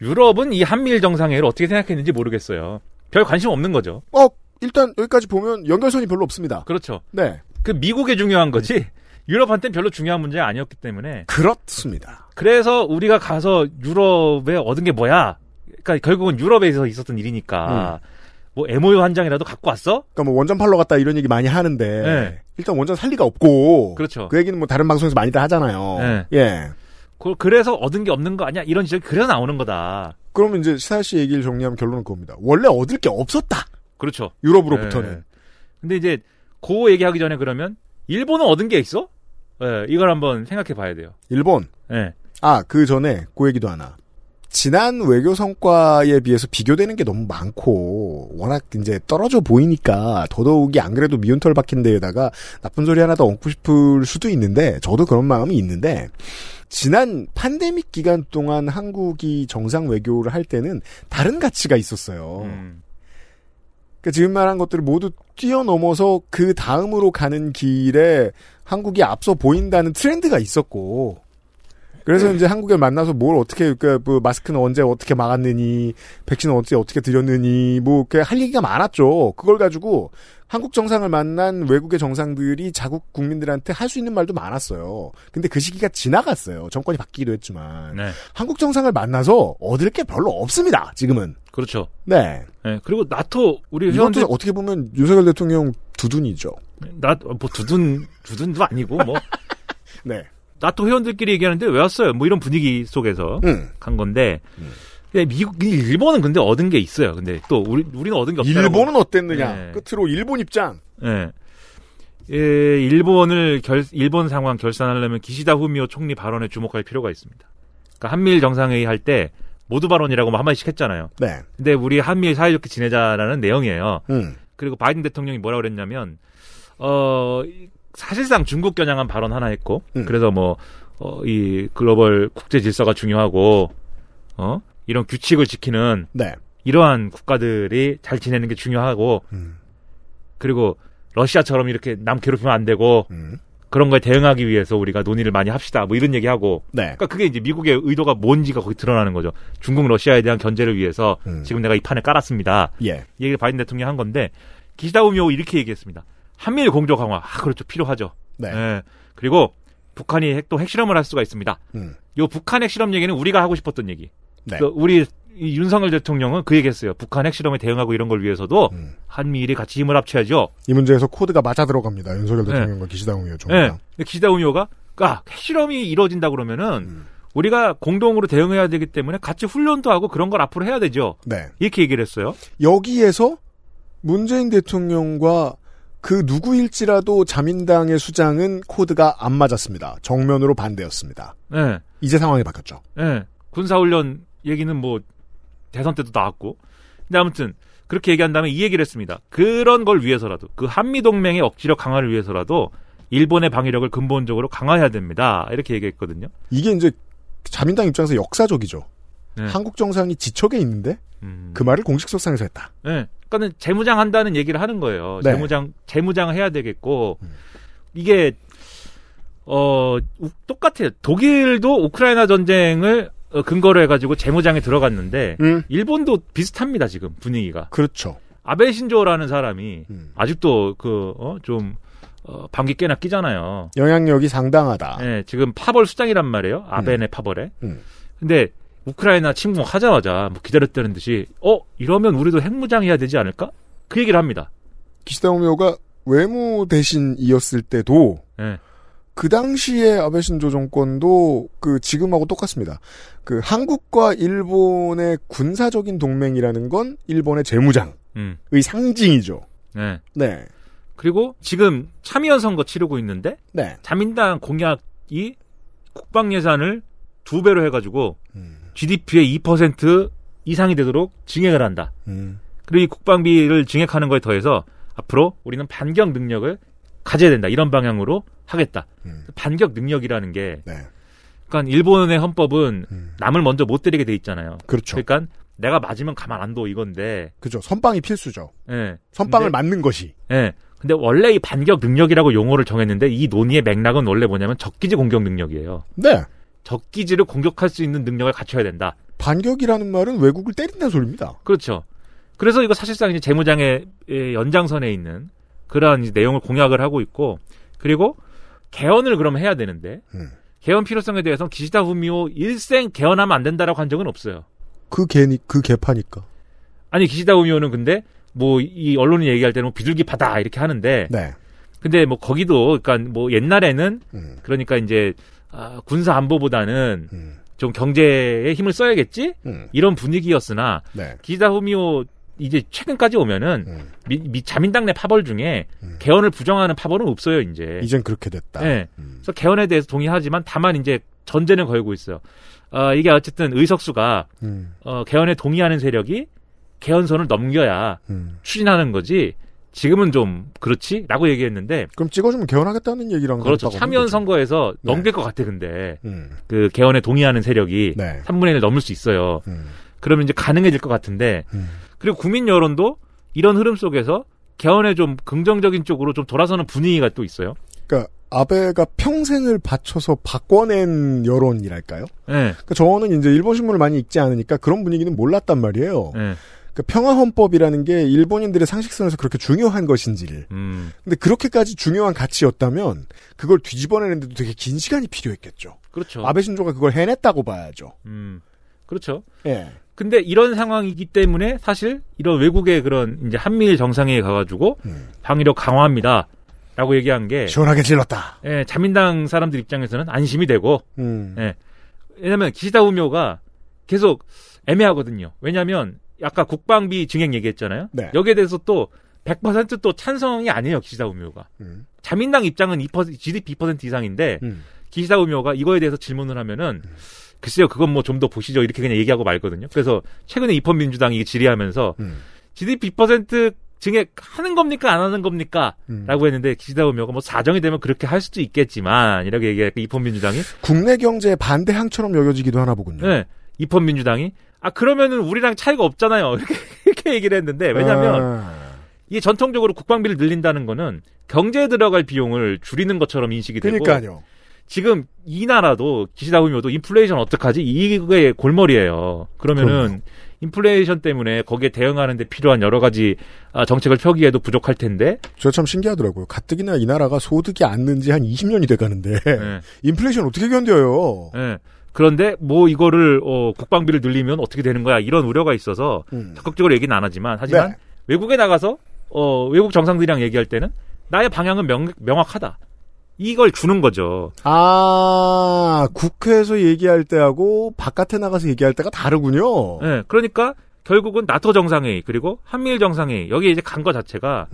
유럽은 이 한미일 정상회의를 어떻게 생각했는지 모르겠어요. 별 관심 없는 거죠. 어, 일단 여기까지 보면 연결선이 별로 없습니다. 그렇죠. 네. 그 미국에 중요한 거지, 유럽한테는 별로 중요한 문제가 아니었기 때문에, 그렇습니다. 그래서 우리가 가서 유럽에 얻은 게 뭐야? 그러니까 결국은 유럽에서 있었던 일이니까 뭐 MOU 한 장이라도 갖고 왔어? 그러니까 뭐 원전 팔러 갔다 이런 얘기 많이 하는데 네. 일단 원전 살 리가 없고 그렇죠. 그 얘기는 뭐 다른 방송에서 많이들 하잖아요. 네. 예. 그, 그래서 얻은 게 없는 거 아니야? 이런 지적이 그래서 나오는 거다. 그러면 이제 시사 씨 얘기를 정리하면 결론은 그겁니다. 원래 얻을 게 없었다. 그렇죠. 유럽으로부터는. 예. 근데 이제 그 얘기하기 전에 그러면 일본은 얻은 게 있어? 예, 이걸 한번 생각해 봐야 돼요. 일본. 예. 아, 그 전에 그 얘기도 하나. 지난 외교 성과에 비해서 비교되는 게 너무 많고 워낙 이제 떨어져 보이니까 더더욱이 안 그래도 미운 털 박힌 데에다가 나쁜 소리 하나 더 얹고 싶을 수도 있는데 저도 그런 마음이 있는데 지난 팬데믹 기간 동안 한국이 정상 외교를 할 때는 다른 가치가 있었어요. 음. 그러니까 지금 말한 것들을 모두 뛰어넘어서 그 다음으로 가는 길에 한국이 앞서 보인다는 트렌드가 있었고 그래서 이제 한국에 만나서 뭘 어떻게 그러니까 뭐 마스크는 언제 어떻게 막았느니 백신은 언제 어떻게 드렸느니 뭐그할 얘기가 많았죠. 그걸 가지고 한국 정상을 만난 외국의 정상들이 자국 국민들한테 할 수 있는 말도 많았어요. 근데 그 시기가 지나갔어요. 정권이 바뀌기도 했지만 네. 한국 정상을 만나서 얻을 게 별로 없습니다. 지금은 그렇죠. 네. 예, 그리고 나토 우리 이것도 어- 회원들 어떻게 보면 윤석열 대통령 두둔이죠. 나뭐 두둔 두둔도 아니고 뭐 네. 나토 회원들끼리 얘기하는데 왜 왔어요? 뭐 이런 분위기 속에서 음. 간 건데 근데 미국 일본은 근데 얻은 게 있어요. 근데 또 우리 우리는 얻은 게 없어요. 일본은 어땠느냐? 네. 끝으로 일본 입장. 예. 예, 일본을 결, 일본 상황 결산하려면 기시다 후미오 총리 발언에 주목할 필요가 있습니다. 그러니까 한미일 정상회의 할 때 모두 발언이라고 뭐 한 마디씩 했잖아요. 네. 근데 우리 한미일 사이좋게 지내자라는 내용이에요. 음. 그리고 바이든 대통령이 뭐라 그랬냐면 어 사실상 중국 겨냥한 발언 하나 했고 그래서 뭐, 뭐어이 글로벌 국제 질서가 중요하고 어 이런 규칙을 지키는 네. 이러한 국가들이 잘 지내는 게 중요하고 그리고 러시아처럼 이렇게 남 괴롭히면 안 되고 그런 거에 대응하기 위해서 우리가 논의를 많이 합시다 뭐 이런 얘기하고 네. 그러니까 그게 이제 미국의 의도가 뭔지가 거기 드러나는 거죠 중국 러시아에 대한 견제를 위해서 음. 지금 내가 이 판을 깔았습니다 예. 얘기를 바이든 대통령이 한 건데 기시다 우미오 이렇게 얘기했습니다. 한미일 공조 강화 아 그렇죠 필요하죠. 네. 예. 그리고 북한이 핵, 또 핵실험을 할 수가 있습니다. 음. 요 북한 핵실험 얘기는 우리가 하고 싶었던 얘기. 네. 그 우리 이 윤석열 대통령은 그 얘기했어요. 북한 핵실험에 대응하고 이런 걸 위해서도 음. 한미일이 같이 힘을 합쳐야죠. 이 문제에서 코드가 맞아 들어갑니다. 윤석열 대통령과 기시다 우미오 예. 총장. 근데 기시다 우미오가 아, 핵실험이 이루어진다 그러면은 우리가 공동으로 대응해야 되기 때문에 같이 훈련도 하고 그런 걸 앞으로 해야 되죠. 네. 이렇게 얘기를 했어요. 여기에서 문재인 대통령과 그 누구일지라도 자민당의 수장은 코드가 안 맞았습니다. 정면으로 반대였습니다. 네. 이제 상황이 바뀌었죠. 예. 군사훈련 얘기는 뭐 대선 때도 나왔고. 근데 아무튼 그렇게 얘기한 다음에 이 얘기를 했습니다. 그런 걸 위해서라도 그 한미 동맹의 억지력 강화를 위해서라도 일본의 방위력을 근본적으로 강화해야 됩니다. 이렇게 얘기했거든요. 이게 이제 자민당 입장에서 역사적이죠. 네. 한국 정상이 지척에 있는데 음. 그 말을 공식석상에서 했다. 예. 그러니까는 재무장 한다는 얘기를 하는 거예요. 네. 재무장 재무장을 해야 되겠고 이게 어 우- 똑같아요. 독일도 우크라이나 전쟁을 어, 근거로 해가지고 재무장에 들어갔는데 음. 일본도 비슷합니다 지금 분위기가. 그렇죠. 아베 신조라는 사람이 음. 아직도 그좀 어, 방귀 꽤나 끼잖아요. 영향력이 상당하다. 예, 지금 파벌 수장이란 말이에요. 아베네 파벌에. 아. 음. 근데 우크라이나 침공하자마자 뭐 기다렸다는 듯이 어 이러면 우리도 핵무장해야 되지 않을까? 그 얘기를 합니다. 기시다 오미오가 외무 대신이었을 때도 그 당시에 아베 신조 정권도 그 지금하고 똑같습니다. 그 한국과 일본의 군사적인 동맹이라는 건 일본의 재무장의 음. 상징이죠. 네. 네. 그리고 지금 참의원 선거 치르고 있는데 네. 자민당 공약이 국방 예산을 두 배로 해가지고 음. GDP의 2% 이상이 되도록 증액을 한다. 음. 그리고 이 국방비를 증액하는 거에 더해서 앞으로 우리는 반격 능력을 가져야 된다. 이런 방향으로 하겠다. 음. 반격 능력이라는 게 네. 그러니까 일본의 헌법은 남을 먼저 못 때리게 돼 있잖아요. 음. 그렇죠. 러니까 내가 맞으면 가만 안 둬 이건데. 그죠. 선빵이 필수죠. 예. 선빵을 근데- 맞는 것이. 예. 근데 원래 이 반격 능력이라고 용어를 정했는데 이 논의의 맥락은 원래 뭐냐면 적기지 공격 능력이에요. 네. 적기지를 공격할 수 있는 능력을 갖춰야 된다. 반격이라는 말은 외국을 때린다는 소리입니다. 그렇죠. 그래서 이거 사실상 이제 재무장의 예, 연장선에 있는 그러한 이제 내용을 공약을 하고 있고 그리고 개헌을 그럼 해야 되는데 개헌 필요성에 대해서 는 기시다 후미오 일생 개헌하면 안 된다라고 한 적은 없어요. 그 개니 그 개파니까. 아니 기시다 후미오는 근데 뭐 이 언론이 얘기할 때는 뭐 비둘기파다 이렇게 하는데 네. 근데 뭐 거기도 그러니까 뭐 옛날에는 음, 그러니까 이제 아, 군사 안보보다는 음, 좀 경제에 힘을 써야겠지 이런 분위기였으나 네. 음. 기시다 후미오 이제 최근까지 오면은 미, 미- 자민당 내 파벌 중에 개헌을 부정하는 파벌은 없어요 네. 이제 이젠 그렇게 됐다. 음. 예. 네. 그래서 개헌에 대해서 동의하지만 다만 이제 전제는 걸고 있어요. 아, 이게 어쨌든 의석수가 음. 어, 개헌에 동의하는 세력이 개헌선을 넘겨야 음. 추진하는 거지. 지금은 좀 그렇지라고 얘기했는데 그럼 찍어주면 개헌하겠다는 얘기랑 그렇죠. 같다고 참여연 하는 거죠. 선거에서 네. 넘길 것 같아 근데 음. 그 개헌에 동의하는 세력이 네. 음. 3분의 1을 넘을 수 있어요. 그러면 이제 가능해질 것 같은데 그리고 국민 여론도 이런 흐름 속에서 개헌에 좀 긍정적인 쪽으로 좀 돌아서는 분위기가 또 있어요. 그러니까 아베가 평생을 바쳐서 바꿔낸 여론이랄까요? 예. 그러니까 저는 이제 일본 신문을 많이 읽지 않으니까 그런 분위기는 몰랐단 말이에요. 예. 그러니까 평화 헌법이라는 게 일본인들의 상식선에서 그렇게 중요한 것인지를. 음. 근데 그렇게까지 중요한 가치였다면 그걸 뒤집어내는데도 되게 긴 시간이 필요했겠죠. 그렇죠. 아베 신조가 그걸 해냈다고 봐야죠. 음. 그렇죠. 예. 근데 이런 상황이기 때문에 사실 이런 외국의 그런 이제 한미일 정상회의 가가지고 음. 방위력 강화합니다. 라고 얘기한 게 시원하게 질렀다. 예, 자민당 사람들 입장에서는 안심이 되고 음. 예. 왜냐면 기시다 우묘가 계속 애매하거든요. 왜냐면 아까 국방비 증액 얘기했잖아요. 네. 여기에 대해서 또 100%또 찬성이 아니에요, 기시다 우묘가. 음. 자민당 입장은 2%, GDP 2% 이상인데 음. 기시다 우묘가 이거에 대해서 질문을 하면은 글쎄요, 그건 뭐 좀 더 보시죠. 이렇게 그냥 얘기하고 말거든요. 그래서 최근에 입헌민주당이 이게 질의하면서 음, GDP 2% 증액 하는 겁니까 안 하는 겁니까? 음. 라고 했는데 기시다 우묘가 뭐 사정이 되면 그렇게 할 수도 있겠지만 그 이렇게 얘기하니까 입헌민주당이 국내 경제의 반대항처럼 여겨지기도 하나 보군요. 네. 입헌민주당이 아 그러면은 우리랑 차이가 없잖아요. 이렇게, 이렇게 얘기를 했는데 네, 왜냐하면 아, 이게 전통적으로 국방비를 늘린다는 거는 경제에 들어갈 비용을 줄이는 것처럼 인식이 되고 그러니까요. 지금 이 나라도 기시다 후미오도 인플레이션 어떡하지 이게 골머리예요. 그러면은 인플레이션 때문에 거기에 대응하는데 필요한 여러 가지 아, 정책을 펴기에도 부족할 텐데 저 참 신기하더라고요. 가뜩이나 이 나라가 소득이 안 는 지 한 20년이 돼가는데 네. 인플레이션 어떻게 견뎌요? 예. 그런데 뭐 이거를 어, 국방비를 늘리면 어떻게 되는 거야 이런 우려가 있어서 음. 적극적으로 얘기는 안 하지만 하지만 네. 외국에 나가서 어, 외국 정상들이랑 얘기할 때는 나의 방향은 명, 명확하다 이걸 주는 거죠. 아, 국회에서 얘기할 때하고 바깥에 나가서 얘기할 때가 다르군요. 네, 그러니까 결국은 나토 정상회의 그리고 한미일 정상회의 여기 이제 간 거 자체가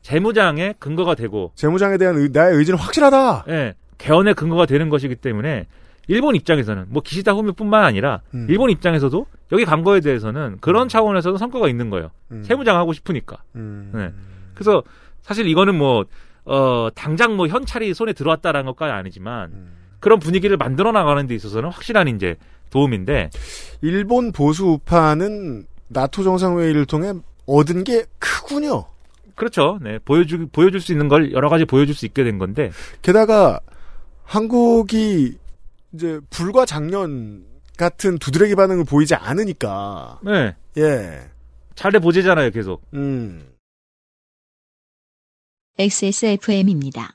재무장의 근거가 되고 음. 재무장에 대한 의- 나의 의지는 확실하다. 예, 개헌의 근거가 되는 것이기 때문에 일본 입장에서는 뭐 기시다 후미뿐만 아니라 음. 일본 입장에서도 여기 간 거에 대해서는 그런 차원에서도 성과가 있는 거예요. 음. 세무장 하고 싶으니까. 음. 네. 그래서 사실 이거는 뭐, 어, 당장 뭐 현찰이 손에 들어왔다라는 것까지 아니지만 음. 그런 분위기를 만들어 나가는 데 있어서는 확실한 이제 도움인데 일본 보수 우파는 나토 정상회의를 통해 얻은 게 크군요. 그렇죠. 네. 보여주, 보여줄 수 있는 걸 여러 가지 보여줄 수 있게 된 건데 게다가 한국이 이제 불과 작년 같은 두드러기 반응을 보이지 않으니까. 네. 예. 잘해보재잖아요, 계속. 음. XSFM입니다.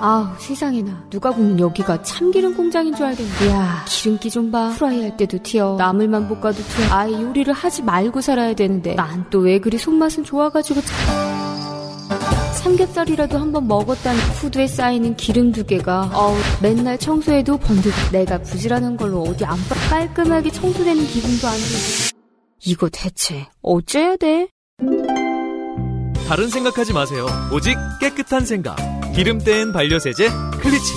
아우 세상에나 누가 보면 여기가 참기름 공장인 줄 알겠네 이야 기름기 좀봐 프라이 할 때도 튀어 나물만 볶아도 튀어 아예 요리를 하지 말고 살아야 되는데 난 또 왜 그리 손맛은 좋아가지고 참- 삼겹살이라도 한번 먹었다는 후드에 쌓이는 기름 두 개가 어우 맨날 청소해도 번들 내가 부지런한 걸로 어디 안 빠- 깔끔하게 청소되는 기분도 안 들고 이거 대체 어째야 돼? 다른 생각하지 마세요. 오직 깨끗한 생각. 기름 땐 반려세제 클리치.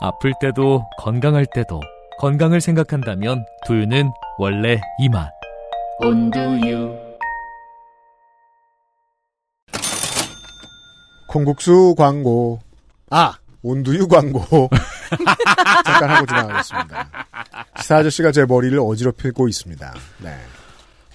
아플 때도 건강할 때도 건강을 생각한다면 두유는 원래 이 맛. 온두유. 콩국수 광고. 아, 온두유 광고. 잠깐 하고 지나가겠습니다. 시사 아저씨가 제 머리를 어지럽히고 있습니다. 네.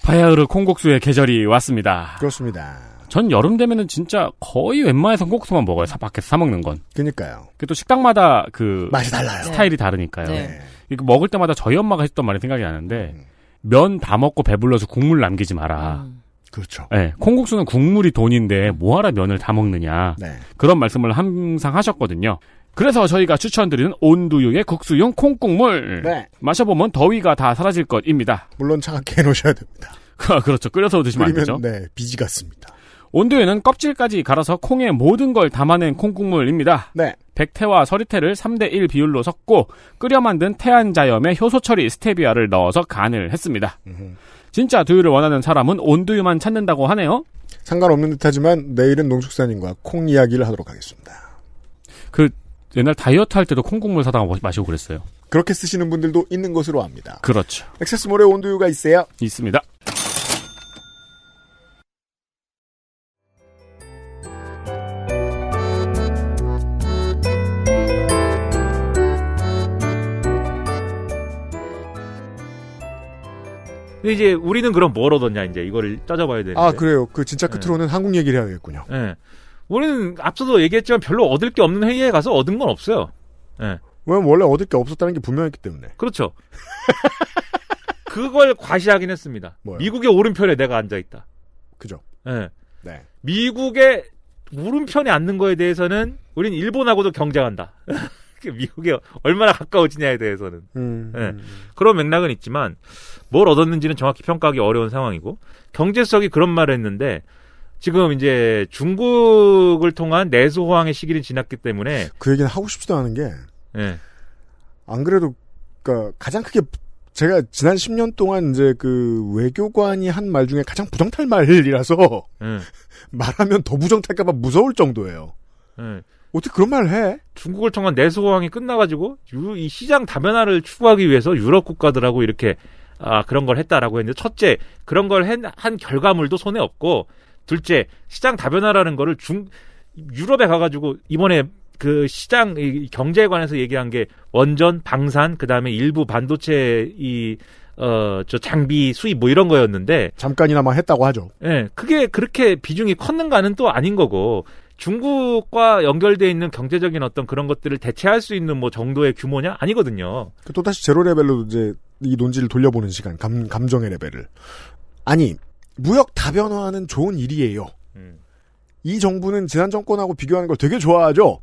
바야흐로 콩국수의 계절이 왔습니다. 그렇습니다. 전 여름 되면은 진짜 거의 웬만해서 콩국수만 먹어요. 사 밖에서 사 먹는 건. 그니까요. 그게 또 식당마다 그 맛이 달라요. 스타일이 다르니까요. 네. 이거 먹을 때마다 저희 엄마가 했던 말이 생각이 나는데 면 다 먹고 배불러서 국물 남기지 마라. 그렇죠. 예, 콩국수는 국물이 돈인데 뭐하러 면을 다 먹느냐. 네. 그런 말씀을 항상 하셨거든요. 그래서 저희가 추천드리는 온두유의 국수용 콩국물. 네. 마셔보면 더위가 다 사라질 것입니다. 물론 차갑게 해놓으셔야 됩니다. 아, 그렇죠. 끓여서 드시면 안 되죠. 그러면 네, 비지 같습니다. 온두유는 껍질까지 갈아서 콩의 모든 걸 담아낸 콩국물입니다. 네. 백태와 서리태를 3대1 비율로 섞고 끓여 만든 태안자염에 효소 처리 스테비아를 넣어서 간을 했습니다. 진짜 두유를 원하는 사람은 온두유만 찾는다고 하네요. 상관없는 듯하지만 내일은 농축산인과 콩 이야기를 하도록 하겠습니다. 그 옛날 다이어트 할 때도 콩국물 사다가 뭐 마- 마시고 그랬어요. 그렇게 쓰시는 분들도 있는 것으로 압니다. 그렇죠. 액세스몰에 온두유가 있어요. 있습니다. 근데 이제 우리는 그럼 뭘 얻었냐 이제 이거를 따져봐야 네, 되는데. 아 그래요. 그 진짜 끝으로는 한국 얘기를 해야겠군요. 예. 우리는 앞서도 얘기했지만 별로 얻을 게 없는 회의에 가서 얻은 건 없어요. 예. 왜냐면 원래 얻을 게 없었다는 게 분명했기 때문에. 그렇죠. 그걸 과시하긴 했습니다. 미국의 오른편에 내가 앉아 있다. 그죠. 예. 네. 미국의 오른편에 앉는 거에 대해서는 우린 일본하고도 경쟁한다. 그 미국에 얼마나 가까워지냐에 대해서는. 음. 네. 예. 그런 맥락은 있지만 뭘 얻었는지는 정확히 평가하기 어려운 상황이고 경제수석이 그런 말을 했는데 지금 이제 중국을 통한 내수호황의 시기는 지났기 때문에 그 얘기는 하고 싶지도 않은 게. 예. 안 그래도 그니까 가장 크게 제가 지난 10년 동안 이제 그 외교관이 한 말 중에 가장 부정탈 말이라서 예. 말하면 더 부정탈까봐 무서울 정도예요. 예. 어떻게 그런 말을 해? 중국을 통한 내수호황이 끝나가지고 유- 이 시장 다변화를 추구하기 위해서 유럽 국가들하고 이렇게 아 그런 걸 했다라고 했는데 첫째 그런 걸 한 결과물도 손에 없고 둘째 시장 다변화라는 거를 중 유럽에 가가지고 이번에 그 시장 이 경제에 관해서 얘기한 게 원전 방산 그다음에 일부 반도체 이 어 저 장비 수입 뭐 이런 거였는데 잠깐이나마 했다고 하죠. 예, 그게 그렇게 비중이 컸는가는 또 아닌 거고 중국과 연결돼 있는 경제적인 어떤 그런 것들을 대체할 수 있는 뭐 정도의 규모냐 아니거든요. 그 또다시 제로 레벨로 이제 이 논지를 돌려보는 시간, 감, 감정의 레벨을. 아니, 무역 다변화는 좋은 일이에요. 이 정부는 지난 정권하고 비교하는 걸 되게 좋아하죠?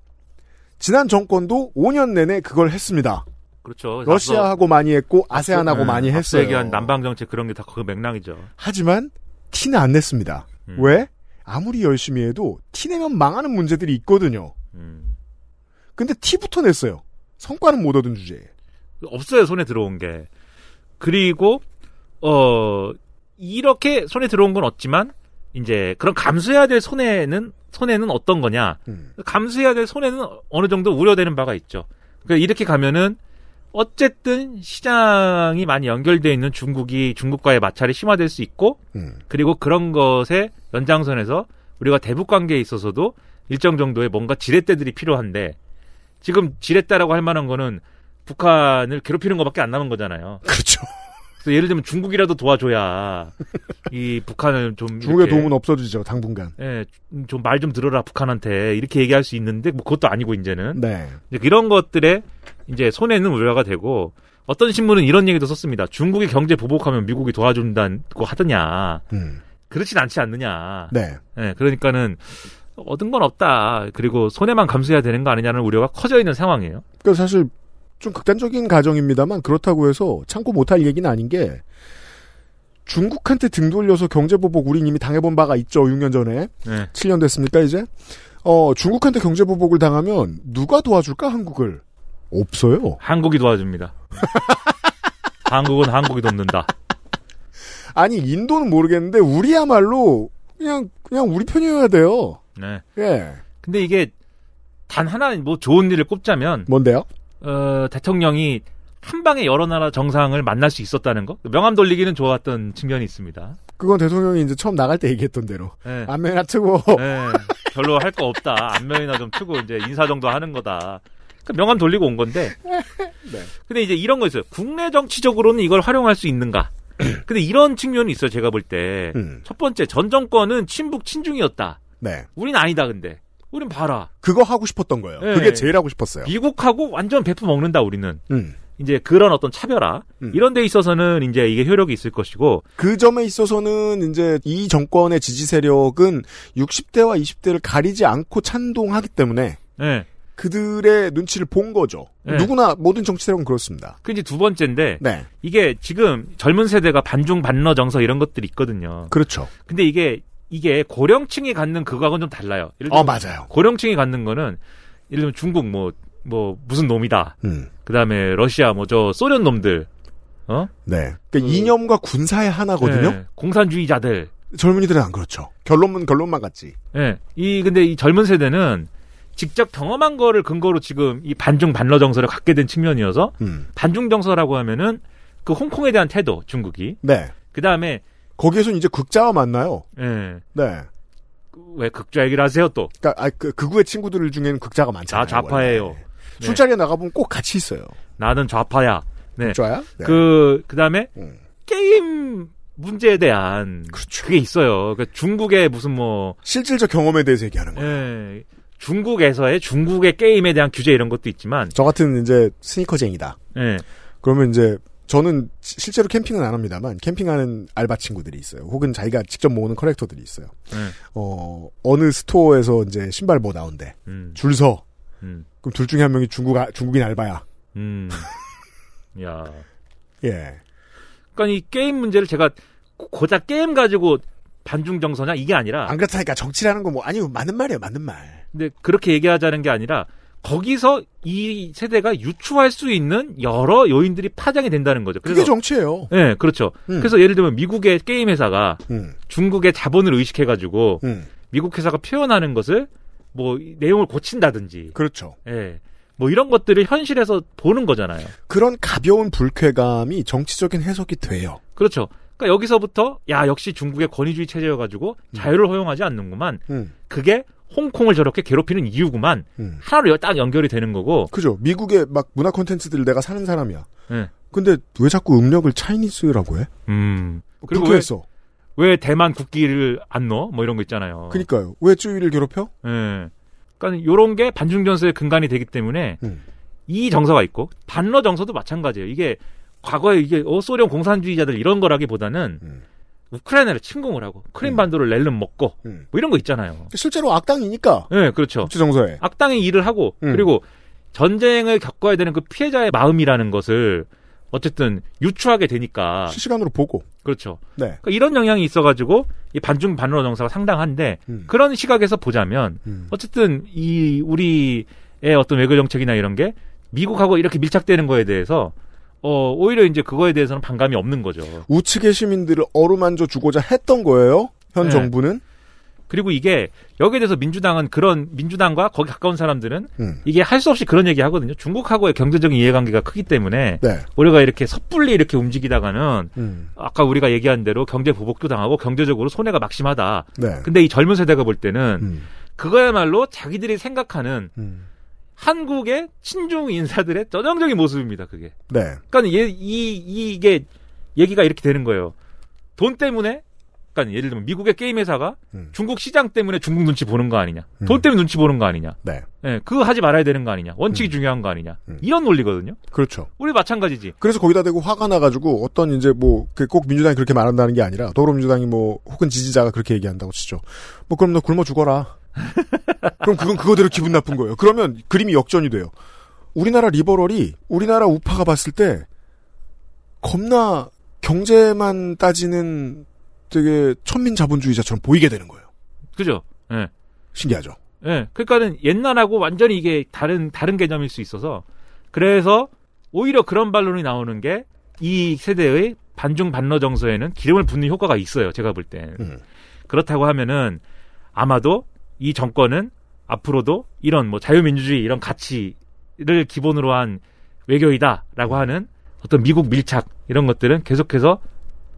지난 정권도 5년 내내 그걸 했습니다. 그렇죠. 러시아하고 많이 했고, 아세안하고 예, 많이 앞서 했어요. 얘기한 난방 정책 그런 게 다 그 맥락이죠. 음, 하지만, 티는 안 냈습니다. 왜? 아무리 열심히 해도 티 내면 망하는 문제들이 있거든요. 음. 근데 티부터 냈어요. 성과는 못 얻은 주제에. 없어요 손에 들어온 게 그리고 어 이렇게 손에 들어온 건 없지만 이제 그런 감수해야 될 손해는 손해는 어떤 거냐 음, 감수해야 될 손해는 어느 정도 우려되는 바가 있죠 그 이렇게 가면은 어쨌든 시장이 많이 연결돼 있는 중국이 중국과의 마찰이 심화될 수 있고 음. 그리고 그런 것의 연장선에서 우리가 대북 관계에 있어서도 일정 정도의 뭔가 지렛대들이 필요한데 지금 지렛대라고 할 만한 거는 북한을 괴롭히는 것밖에 안 남은 거잖아요. 그렇죠. 그래서 예를 들면 중국이라도 도와줘야 이 북한을 좀 중국의 이렇게, 도움은 없어지죠, 당분간. 예, 좀 말 좀 들어라 북한한테 이렇게 얘기할 수 있는데 뭐 그것도 아니고 이제는 네. 이제 이런 것들에 이제 손해는 우려가 되고 어떤 신문은 이런 얘기도 썼습니다. 중국이 경제 보복하면 미국이 도와준다고 하더냐. 음. 그렇진 않지 않느냐. 네. 예, 그러니까는 얻은 건 없다. 그리고 손해만 감수해야 되는 거 아니냐는 우려가 커져 있는 상황이에요. 그 사실 좀 극단적인 가정입니다만 그렇다고 해서 참고 못할 얘기는 아닌 게 중국한테 등 돌려서 경제보복 우린 이미 당해본 바가 있죠. 6년 전에. 네. 7년 됐습니까 이제? 어 중국한테 경제보복을 당하면 누가 도와줄까 한국을? 없어요. 한국이 도와줍니다. 한국은 한국이 돕는다. 아니 인도는 모르겠는데 우리야말로 그냥 그냥 우리 편이어야 돼요. 네. 예. 근데 이게 단 하나 뭐 좋은 일을 꼽자면 뭔데요? 어, 대통령이 한 방에 여러 나라 정상을 만날 수 있었다는 거 명함 돌리기는 좋았던 측면이 있습니다. 그건 대통령이 이제 처음 나갈 때 얘기했던 대로 예. 안면이나 트고 예, 별로 할 거 없다. 안면이나 좀 트고 이제 인사 정도 하는 거다. 그러니까 명함 돌리고 온 건데. 네. 근데 이제 이런 거 있어요. 국내 정치적으로는 이걸 활용할 수 있는가? 근데 이런 측면이 있어요. 제가 볼 때. 음. 첫 번째 전 정권은 친북 친중이었다. 네. 우린 아니다 근데. 우린 봐라. 그거 하고 싶었던 거예요. 예. 그게 제일 하고 싶었어요. 미국하고 완전 베프 먹는다 우리는. 음. 이제 그런 어떤 차별화 이런 데 있어서는 이제 이게 효력이 있을 것이고 그 점에 있어서는 이제 이 정권의 지지 세력은 60대와 20대를 가리지 않고 찬동하기 때문에 예. 그들의 눈치를 본 거죠. 네. 누구나 모든 정치 세력은 그렇습니다. 그 이제 두 번째인데 네. 이게 지금 젊은 세대가 반중 반러 정서 이런 것들이 있거든요. 그렇죠. 근데 이게 이게 고령층이 갖는 그거하고는 좀 달라요. 예를 어, 들면 맞아요. 고령층이 갖는 거는 예를 들면 중국 뭐 뭐 무슨 놈이다. 음. 그다음에 러시아 뭐 저 소련 놈들. 어? 네. 그러니까 이념과 군사의 하나거든요. 예, 공산주의자들. 젊은이들은 안 그렇죠. 결론은 결론만 같지. 예. 이 근데 이 젊은 세대는 직접 경험한 거를 근거로 지금 이 반중 반러 정서를 갖게 된 측면이어서 음. 반중 정서라고 하면은 그 홍콩에 대한 태도 중국이 네. 그다음에 거기에서 이제 극자와 만나요. 예. 네. 왜 극좌 얘기를 하세요 또? 그러니까 아, 그 극우의 친구들 중에는 극자가 많잖아요. 나 좌파예요. 네. 술자리에 나가보면 꼭 같이 있어요. 나는 좌파야. 네. 좌야? 네. 그 그다음에 게임 문제에 대한 그렇죠. 그게 있어요. 그러니까 중국의 무슨 뭐 실질적 경험에 대해서 얘기하는 거예요. 중국에서의 중국의 게임에 대한 규제 이런 것도 있지만 저 같은 이제 스니커쟁이다. 예. 그러면 이제 저는 시- 실제로 캠핑은 안 합니다만 캠핑하는 알바 친구들이 있어요. 혹은 자기가 직접 모으는 커렉터들이 있어요. 어 어느 스토어에서 이제 신발 뭐 나온대. 음. 줄 서. 음. 그럼 둘 중에 한 명이 중국 아- 중국인 알바야. 음. 야. 예. 그러니까 이 게임 문제를 제가 고- 고작 게임 가지고 반중 정서냐 이게 아니라 안 그렇다니까 정치라는 건 뭐 아니 맞는 말이에요. 맞는 말. 근데 그렇게 얘기하자는 게 아니라 거기서 이 세대가 유추할 수 있는 여러 요인들이 파장이 된다는 거죠. 그게 정치예요. 예, 그렇죠. 음. 그래서 예를 들면 미국의 게임 회사가 음. 중국의 자본을 의식해가지고 음. 미국 회사가 표현하는 것을 뭐 내용을 고친다든지, 그렇죠. 예, 뭐 이런 것들을 현실에서 보는 거잖아요. 그런 가벼운 불쾌감이 정치적인 해석이 돼요. 그렇죠. 그러니까 여기서부터 야 역시 중국의 권위주의 체제여가지고 자유를 허용하지 않는구만. 음. 그게 홍콩을 저렇게 괴롭히는 이유구만. 음. 하나로 딱 연결이 되는 거고. 그죠. 미국의 막 문화 콘텐츠들 내가 사는 사람이야. 예. 근데 왜 자꾸 음력을 차이니스라고 해? 음. 그리고 불쾌했어. 왜 대만 국기를 안 넣어? 뭐 이런 거 있잖아요. 그니까요. 왜 주위를 괴롭혀? 예. 그러니까 요런 게 반중 정서의 근간이 되기 때문에 이 정서가 있고 반러 정서도 마찬가지예요. 이게 과거에 이게 어, 소련 공산주의자들 이런 거라기보다는 우크라이나를 침공을 하고 크림반도를 렐름 먹고 뭐 이런 거 있잖아요. 음. 실제로 악당이니까. 예, 그렇죠. 정서에. 악당의 일을 하고 음. 그리고 전쟁을 겪어야 되는 그 피해자의 마음이라는 것을 어쨌든 유추하게 되니까 실시간으로 보고. 그렇죠. 네. 그러니까 이런 영향이 있어가지고 이 반중 반론 정서가 상당한데 그런 시각에서 보자면 음. 어쨌든 이 우리의 어떤 외교 정책이나 이런 게 미국하고 이렇게 밀착되는 거에 대해서 어 오히려 이제 그거에 대해서는 반감이 없는 거죠. 우측의 시민들을 어루만져 주고자 했던 거예요. 현 네. 정부는 그리고 이게 여기에 대해서 민주당은 그런 민주당과 거기 가까운 사람들은 음. 이게 할 수 없이 그런 얘기 하거든요. 중국하고의 경제적인 이해관계가 크기 때문에 네. 우리가 이렇게 섣불리 이렇게 움직이다가는 음. 아까 우리가 얘기한 대로 경제 보복도 당하고 경제적으로 손해가 막심하다. 네. 근데 이 젊은 세대가 볼 때는 음. 그거야말로 자기들이 생각하는 한국의 친중 인사들의 전형적인 모습입니다. 그게. 네. 그러니까 얘, 이, 이, 게 얘기가 이렇게 되는 거예요. 돈 때문에, 그러니까 예를 들면 미국의 게임 회사가 중국 시장 때문에 중국 눈치 보는 거 아니냐, 돈 때문에 눈치 보는 거 아니냐, 네. 예, 그거 하지 말아야 되는 거 아니냐, 원칙이 중요한 거 아니냐, 이런 논리거든요. 그렇죠. 우리 마찬가지지. 그래서 거기다 대고 화가 나가지고 어떤 이제 뭐 꼭 민주당이 그렇게 말한다는 게 아니라 더불어민주당이 뭐 혹은 지지자가 그렇게 얘기한다고 치죠. 뭐 그럼 너 굶어 죽어라. 그럼 그건 그거대로 기분 나쁜 거예요. 그러면 그림이 역전이 돼요. 우리나라 리버럴이 우리나라 우파가 봤을 때 겁나 경제만 따지는 되게 천민 자본주의자처럼 보이게 되는 거예요. 그죠? 예. 신기하죠. 예. 그러니까는 옛날하고 완전히 이게 다른 다른 개념일 수 있어서 그래서 오히려 그런 반론이 나오는 게 이 세대의 반중 반러 정서에는 기름을 붓는 효과가 있어요. 제가 볼 땐. 그렇다고 하면은 아마도 이 정권은 앞으로도 이런 뭐 자유민주주의 이런 가치를 기본으로 한 외교이다라고 하는 어떤 미국 밀착 이런 것들은 계속해서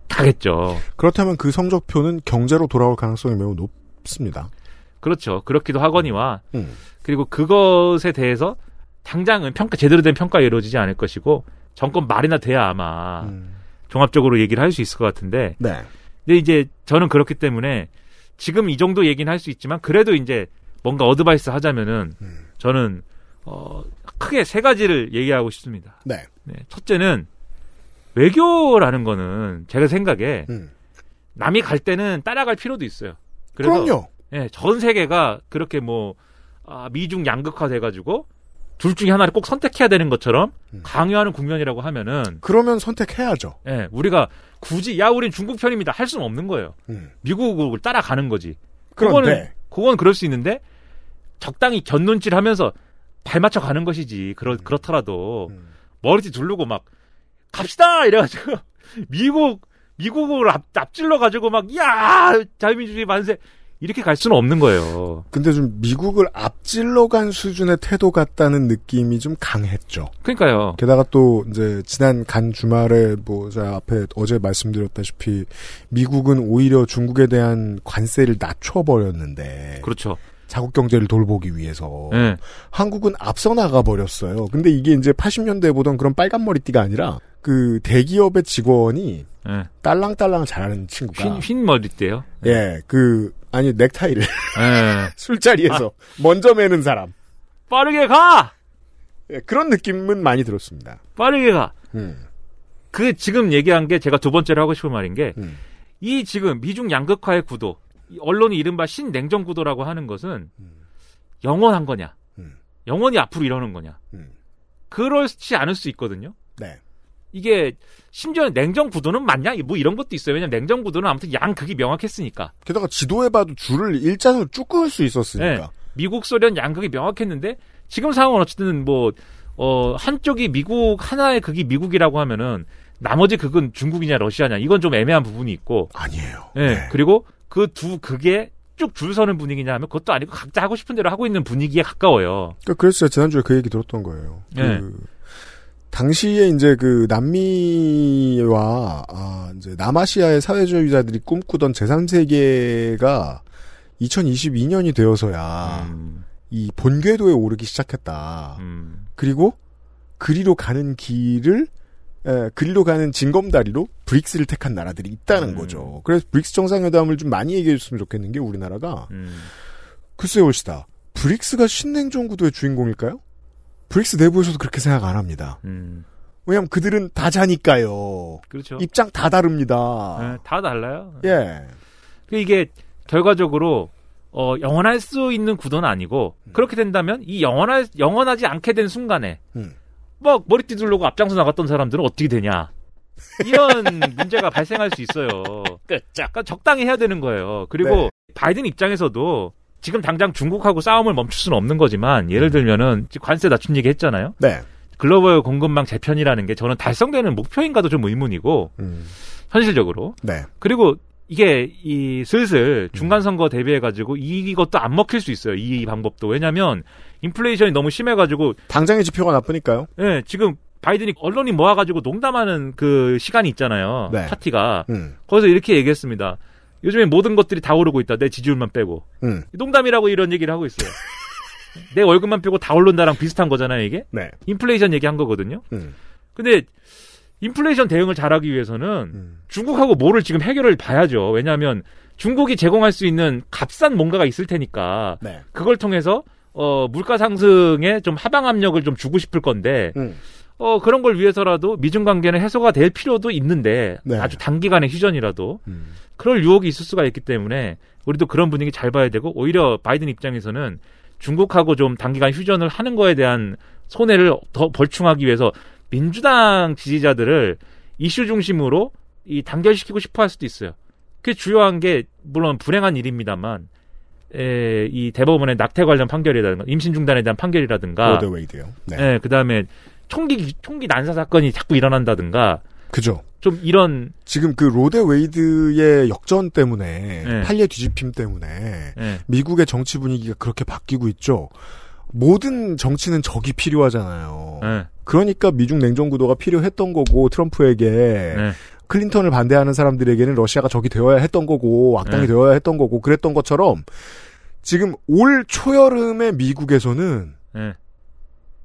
가겠죠. 그렇다면 그 성적표는 경제로 돌아올 가능성이 매우 높습니다. 그렇죠. 그렇기도 하거니와 음. 그리고 그것에 대해서 당장은 평가 제대로 된 평가가 이루어지지 않을 것이고 정권 말이나 돼야 아마 음. 종합적으로 얘기를 할 수 있을 것 같은데. 네. 근데 이제 저는 그렇기 때문에 지금 이 정도 얘기는 할 수 있지만 그래도 이제 뭔가 어드바이스 하자면은 음. 저는 어 크게 세 가지를 얘기하고 싶습니다. 네. 네, 첫째는 외교라는 거는 제가 생각에 음. 남이 갈 때는 따라갈 필요도 있어요. 그래서 그럼요. 예, 전 세계가 그렇게 뭐 아, 미중 양극화 돼가지고 둘 중에 하나를 꼭 선택해야 되는 것처럼 음. 강요하는 국면이라고 하면은 그러면 선택해야죠. 예, 우리가 굳이 야 우린 중국 편입니다 할 수는 없는 거예요. 음. 미국을 따라가는 거지. 그런데. 그거는 그건 그럴 수 있는데 적당히 견눈질하면서 발 맞춰 가는 것이지. 음. 그렇 그렇더라도 머리띠 두르고 막 갑시다 이래가지고 미국 미국을 앞, 앞질러 가지고 막야 자유민주주의 만세 이렇게 갈 수는 없는 거예요. 근데 좀 미국을 앞질러 간 수준의 태도 같다는 느낌이 좀 강했죠. 어. 그러니까요. 게다가 또 이제 지난 간 주말에 뭐 제가 앞에 어제 말씀드렸다시피 미국은 오히려 중국에 대한 관세를 낮춰버렸는데 그렇죠. 자국 경제를 돌보기 위해서 예. 한국은 앞서 나가 버렸어요. 근데 이게 이제 80년대 보던 그런 빨간 머리띠가 아니라 그 대기업의 직원이 예. 딸랑딸랑 잘하는 친구가 흰, 흰 머리 때요. 예, 그 아니 넥타이를 네. 예. 술자리에서 먼저 매는 사람. 빠르게 가. 예, 그런 느낌은 많이 들었습니다. 빠르게 가. 음. 그 지금 얘기한 게 제가 두 번째로 하고 싶은 말인 게 이 음. 지금 미중 양극화의 구도, 이 언론이 이른바 신냉전 구도라고 하는 것은 영원한 거냐, 영원히 앞으로 이러는 거냐, 그렇지 않을 수 있거든요. 네. 이게 심지어 냉전 구도는 맞냐? 뭐 이런 것도 있어요. 왜냐면 냉전 구도는 아무튼 양 극이 명확했으니까. 게다가 지도해봐도 줄을 일자로 쭉 그을 수 있었으니까. 미국 소련 양극이 명확했는데 지금 상황은 어쨌든 뭐 어, 한쪽이 미국 하나의 극이 미국이라고 하면은 나머지 극은 중국이냐 러시아냐 이건 좀 애매한 부분이 있고 아니에요. 예. 그리고 그 두 극에 쭉 줄 서는 분위기냐 하면 그것도 아니고 각자 하고 싶은 대로 하고 있는 분위기에 가까워요. 그러니까 그래서 제가 지난주에 그 얘기 들었던 거예요. 예. 그 당시에 이제 그 남미와 아, 이제 남아시아의 사회주의자들이 꿈꾸던 제3세계가 2022년이 되어서야 음, 이 본궤도에 오르기 시작했다. 그리고 그리로 가는 길을 에, 그리로 가는 진검다리로 브릭스를 택한 나라들이 있다는 음. 거죠. 그래서 브릭스 정상회담을 좀 많이 얘기해 줬으면 좋겠는 게 우리나라가 음, 글쎄 올시다. 브릭스가 신냉전 구도의 주인공일까요? 브릭스 내부에서도 그렇게 생각 안 합니다. 음. 왜냐하면 그들은 다 자니까요. 그렇죠. 입장 다 다릅니다. 예, 다 달라요. 예. 그 이게 결과적으로 어, 영원할 수 있는 구도는 아니고 그렇게 된다면 이 영원할 영원하지 않게 된 순간에 음. 막 머리띠 두르고 앞장서 나갔던 사람들은 어떻게 되냐? 이런 문제가 발생할 수 있어요. 그러니까 적당히 해야 되는 거예요. 그리고 네. 바이든 입장에서도 지금 당장 중국하고 싸움을 멈출 수는 없는 거지만 예를 들면은 지금 관세 낮춘 얘기 했잖아요. 네. 글로벌 공급망 재편이라는 게 저는 달성되는 목표인가도 좀 의문이고 현실적으로 음. 네. 그리고 이게 이 음. 슬슬 중간 선거 대비해 가지고 이것도 안 먹힐 수 있어요. 이 방법도 왜냐하면 인플레이션이 너무 심해 가지고 당장의 지표가 나쁘니까요. 예, 지금 바이든이 언론이 모아 가지고 농담하는 그 시간이 있잖아요. 네. 파티가 음. 거기서 이렇게 얘기했습니다. 요즘에 모든 것들이 다 오르고 있다. 내 지지율만 빼고 음. 농담이라고 이런 얘기를 하고 있어요. 내 월급만 빼고 다 오른다랑 비슷한 거잖아요, 이게. 네. 인플레이션 얘기한 거거든요. 음. 근데 인플레이션 대응을 잘하기 위해서는 음. 중국하고 뭐를 지금 해결을 봐야죠. 왜냐하면 중국이 제공할 수 있는 값싼 뭔가가 있을 테니까 네. 그걸 통해서 어 물가 상승에 좀 하방 압력을 좀 주고 싶을 건데 음. 어 그런 걸 위해서라도 미중 관계는 해소가 될 필요도 있는데 네. 아주 단기간의 휴전이라도 그럴 유혹이 있을 수가 있기 때문에 우리도 그런 분위기 잘 봐야 되고 오히려 바이든 입장에서는 중국하고 좀 단기간 휴전을 하는 거에 대한 손해를 더 벌충하기 위해서 민주당 지지자들을 이슈 중심으로 이 단결시키고 싶어 할 수도 있어요. 그게 주요한 게 물론 불행한 일입니다만 에, 이 대법원의 낙태 관련 판결이라든가 임신 중단에 대한 판결이라든가 로드 웨이드요. 네. 예, 그다음에 총기 총기 난사 사건이 자꾸 일어난다든가 그죠. 좀 이런 지금 그 로데 웨이드의 역전 때문에 판례 뒤집힘 때문에 예. 미국의 정치 분위기가 그렇게 바뀌고 있죠. 모든 정치는 적이 필요하잖아요. 네. 예, 그러니까 미중 냉전 구도가 필요했던 거고 트럼프에게 네. 클린턴을 반대하는 사람들에게는 러시아가 적이 되어야 했던 거고 악당이 네. 되어야 했던 거고 그랬던 것처럼 지금 올 초여름에 미국에서는 예.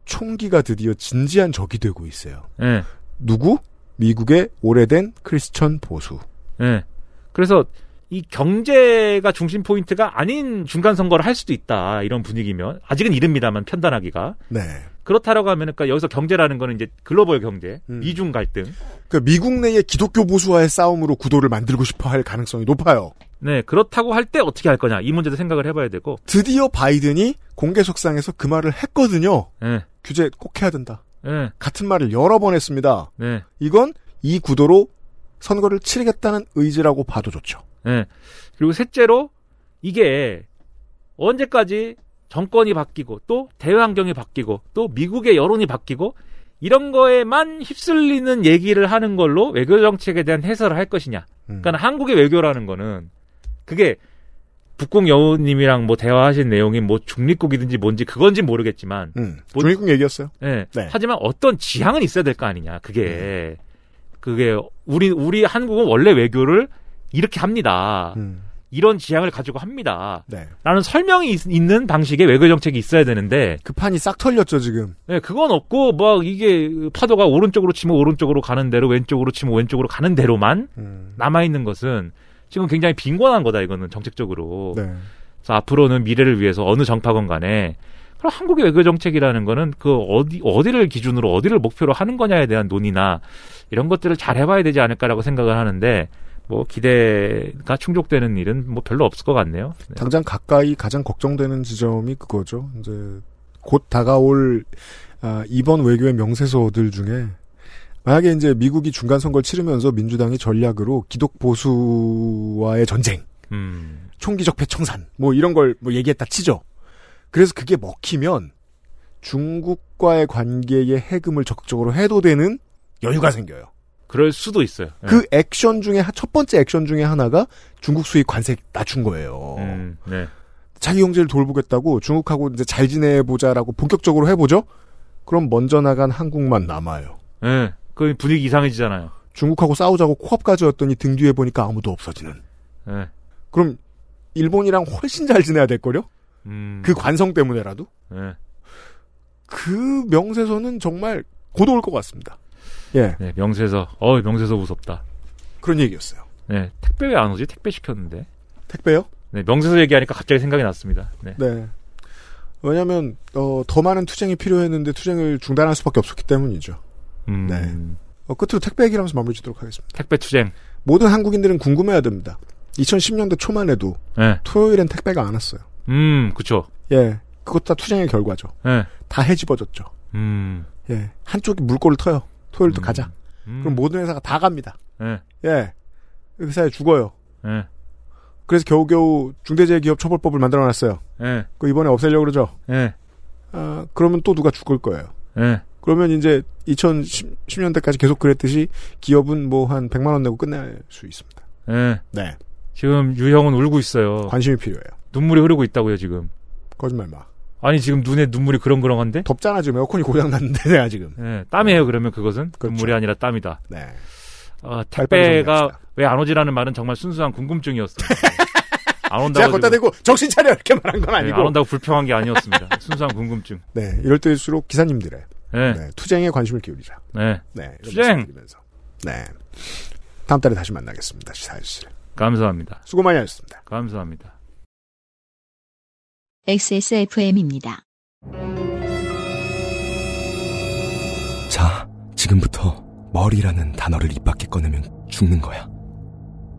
총기가 드디어 진지한 적이 되고 있어요. 예. 누구? 미국의 오래된 크리스천 보수. 예. 그래서 이 경제가 중심 포인트가 아닌 중간 선거를 할 수도 있다. 이런 분위기면 아직은 이릅니다만 편단하기가 네. 그렇다라고 하면 그러니까 여기서 경제라는 거는 이제 글로벌 경제, 미중 갈등. 그 미국 내의 기독교 보수와의 싸움으로 구도를 만들고 싶어 할 가능성이 높아요. 네, 그렇다고 할 때 어떻게 할 거냐 이 문제도 생각을 해봐야 되고. 드디어 바이든이 공개 석상에서 그 말을 했거든요. 예. 규제 꼭 해야 된다. 예. 같은 말을 여러 번 했습니다. 네. 이건 이 구도로 선거를 치르겠다는 의지라고 봐도 좋죠. 예. 그리고 셋째로 이게 언제까지 정권이 바뀌고 또 대외 환경이 바뀌고 또 미국의 여론이 바뀌고 이런 거에만 휩쓸리는 얘기를 하는 걸로 외교 정책에 대한 해설을 할 것이냐. 음. 그러니까 한국의 외교라는 거는 그게 북궁 여우님이랑 뭐 대화하신 내용이 뭐 중립국이든지 뭔지 그건지 모르겠지만 뭐- 중립국 음. 얘기였어요. 예. 네. 하지만 어떤 지향은 있어야 될 거 아니냐. 그게 그게 우리 우리 한국은 원래 외교를 이렇게 합니다. 음. 이런 지향을 가지고 합니다. 네. 라는 설명이 있, 는 방식의 외교 정책이 있어야 되는데 그 판이 싹 털렸죠 지금. 예, 그건 없고 막 이게 파도가 오른쪽으로 치면 오른쪽으로 가는 대로 왼쪽으로 치면 왼쪽으로 가는 대로만 음. 남아 있는 것은 지금 굉장히 빈곤한 거다 이거는 정책적으로. 네. 그래서 앞으로는 미래를 위해서 어느 정파건 간에 그럼 한국의 외교 정책이라는 거는 그 어디 어디를 기준으로 어디를 목표로 하는 거냐에 대한 논의나 이런 것들을 잘 해봐야 되지 않을까라고 생각을 하는데 뭐 기대가 충족되는 일은 뭐 별로 없을 것 같네요. 당장 가까이 가장 걱정되는 지점이 그거죠. 이제 곧 다가올 아, 이번 외교의 명세서들 중에 만약에 이제 미국이 중간 선거를 치르면서 민주당이 전략으로 기독 보수와의 전쟁, 음. 총기적 배청산 뭐 이런 걸 뭐 얘기했다 치죠. 그래서 그게 먹히면 중국과의 관계의 해금을 적극적으로 해도 되는 여유가 생겨요. 그럴 수도 있어요. 네. 그 액션 중에 한- 첫 번째 액션 중에 하나가 중국 수입 관세 낮춘 거예요. 네. 자기 경제를 돌보겠다고 중국하고 이제 잘 지내보자라고 본격적으로 해보죠. 그럼 먼저 나간 한국만 남아요. 예. 그 분위기 이상해지잖아요. 중국하고 싸우자고 코앞까지였더니 등 뒤에 보니까 아무도 없어지는. 예. 그럼 일본이랑 훨씬 잘 지내야 될 걸요? 음. 그 관성 때문에라도 예. 그 명세서는 정말 곧 올 것 같습니다. 예. 네, 명세서. 어, 명세서 무섭다. 그런 얘기였어요. 네, 택배 왜 안 오지? 택배 시켰는데. 택배요? 네, 명세서 얘기하니까 갑자기 생각이 났습니다. 네. 네. 왜냐하면 어, 더 많은 투쟁이 필요했는데 투쟁을 중단할 수밖에 없었기 때문이죠. 음. 네. 어, 끝으로 택배 얘기를 하면서 마무리 짓도록 하겠습니다. 택배 투쟁. 모든 한국인들은 궁금해야 됩니다. 2010년대 초만 해도 예. 토요일엔 택배가 안 왔어요. 음, 그쵸. 예. 그것 다 투쟁의 결과죠. 예. 다 해집어졌죠. 음. 예. 한쪽이 물꼬를 터요. 토요일도 가자. 음. 그럼 모든 회사가 다 갑니다. 예. 예. 회사에 죽어요. 예. 그래서 겨우겨우 중대재해기업 처벌법을 만들어놨어요. 예. 그 이번에 없애려고 그러죠. 예. 아, 그러면 또 누가 죽을 거예요. 예. 그러면 이제 2010년대까지 계속 그랬듯이 기업은 뭐 한 100만 원 내고 끝낼 수 있습니다. 예. 네. 지금 유형은 울고 있어요. 관심이 필요해요. 눈물이 흐르고 있다고요, 지금. 거짓말 마. 아니, 지금 눈에 눈물이 그렁그렁한데? 덥잖아, 지금. 에어컨이 고장났는데, 내가 지금. 예, 땀이에요, 그러면 그것은? 그렇죠. 눈물이 아니라 땀이다. 네. 아, 빨리 택배가 왜 안 오지라는 말은 정말 순수한 궁금증이었어요. 안 온다고. 제가 걷다 지금- 대고 정신 차려! 이렇게 말한 건 예, 아니고. 안 온다고 불평한 게 아니었습니다. 순수한 궁금증. 네, 이럴 때일수록 기사님들의 네. 투쟁에 관심을 기울이자. 네. 네, 이런 투쟁! 말씀드리면서. 네. 다음 달에 다시 만나겠습니다. 시사실. 감사합니다. 수고 많이 하셨습니다. 감사합니다. XSFM입니다. 자, 지금부터 머리라는 단어를 입 밖에 꺼내면 죽는 거야.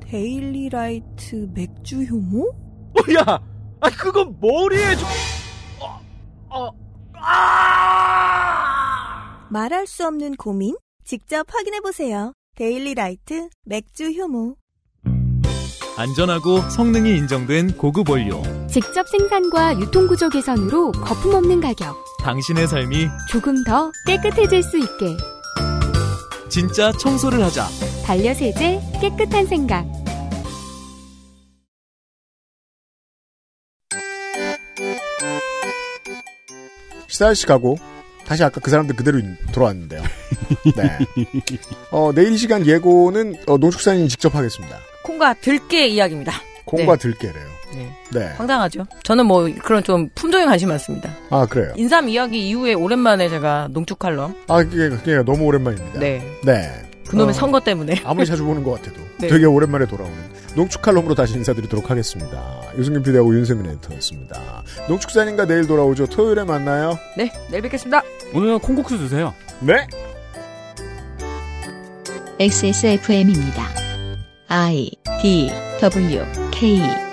데일리 라이트 맥주 효모? 야, 아 그건 머리에 좀 말할 수 없는 고민? 직접 확인해 보세요. 데일리 라이트 맥주 효모. 안전하고 성능이 인정된 고급 원료. 직접 생산과 유통구조 개선으로 거품 없는 가격. 당신의 삶이 조금 더 깨끗해질 수 있게. 진짜 청소를 하자. 반려세제 깨끗한 생각. 시사실 가고, 다시 아까 그 사람들 그대로 인- 돌아왔는데요. 네. 어, 내일 이 시간 예고는 어, 농축사님이 직접 하겠습니다. 콩과 들깨 이야기입니다. 콩과 네. 들깨래요. 네. 네. 황당하죠. 저는 뭐 그런 좀 품종에 관심 많습니다. 아, 그래요. 인삼 이야기 이후에 오랜만에 제가 농축 칼럼. 아, 그게, 그게 너무 오랜만입니다. 네. 네. 그놈의 어, 선거 때문에. 아무리 자주 보는 것 같아도 네. 되게 오랜만에 돌아오는 농축칼럼으로 다시 인사드리도록 하겠습니다. 유승균 PD하고 윤세민 에디터였습니다. 농축사님과 내일 돌아오죠. 토요일에 만나요. 네, 내일 뵙겠습니다. 오늘은 콩국수 드세요. 네. XSFM입니다. I D W K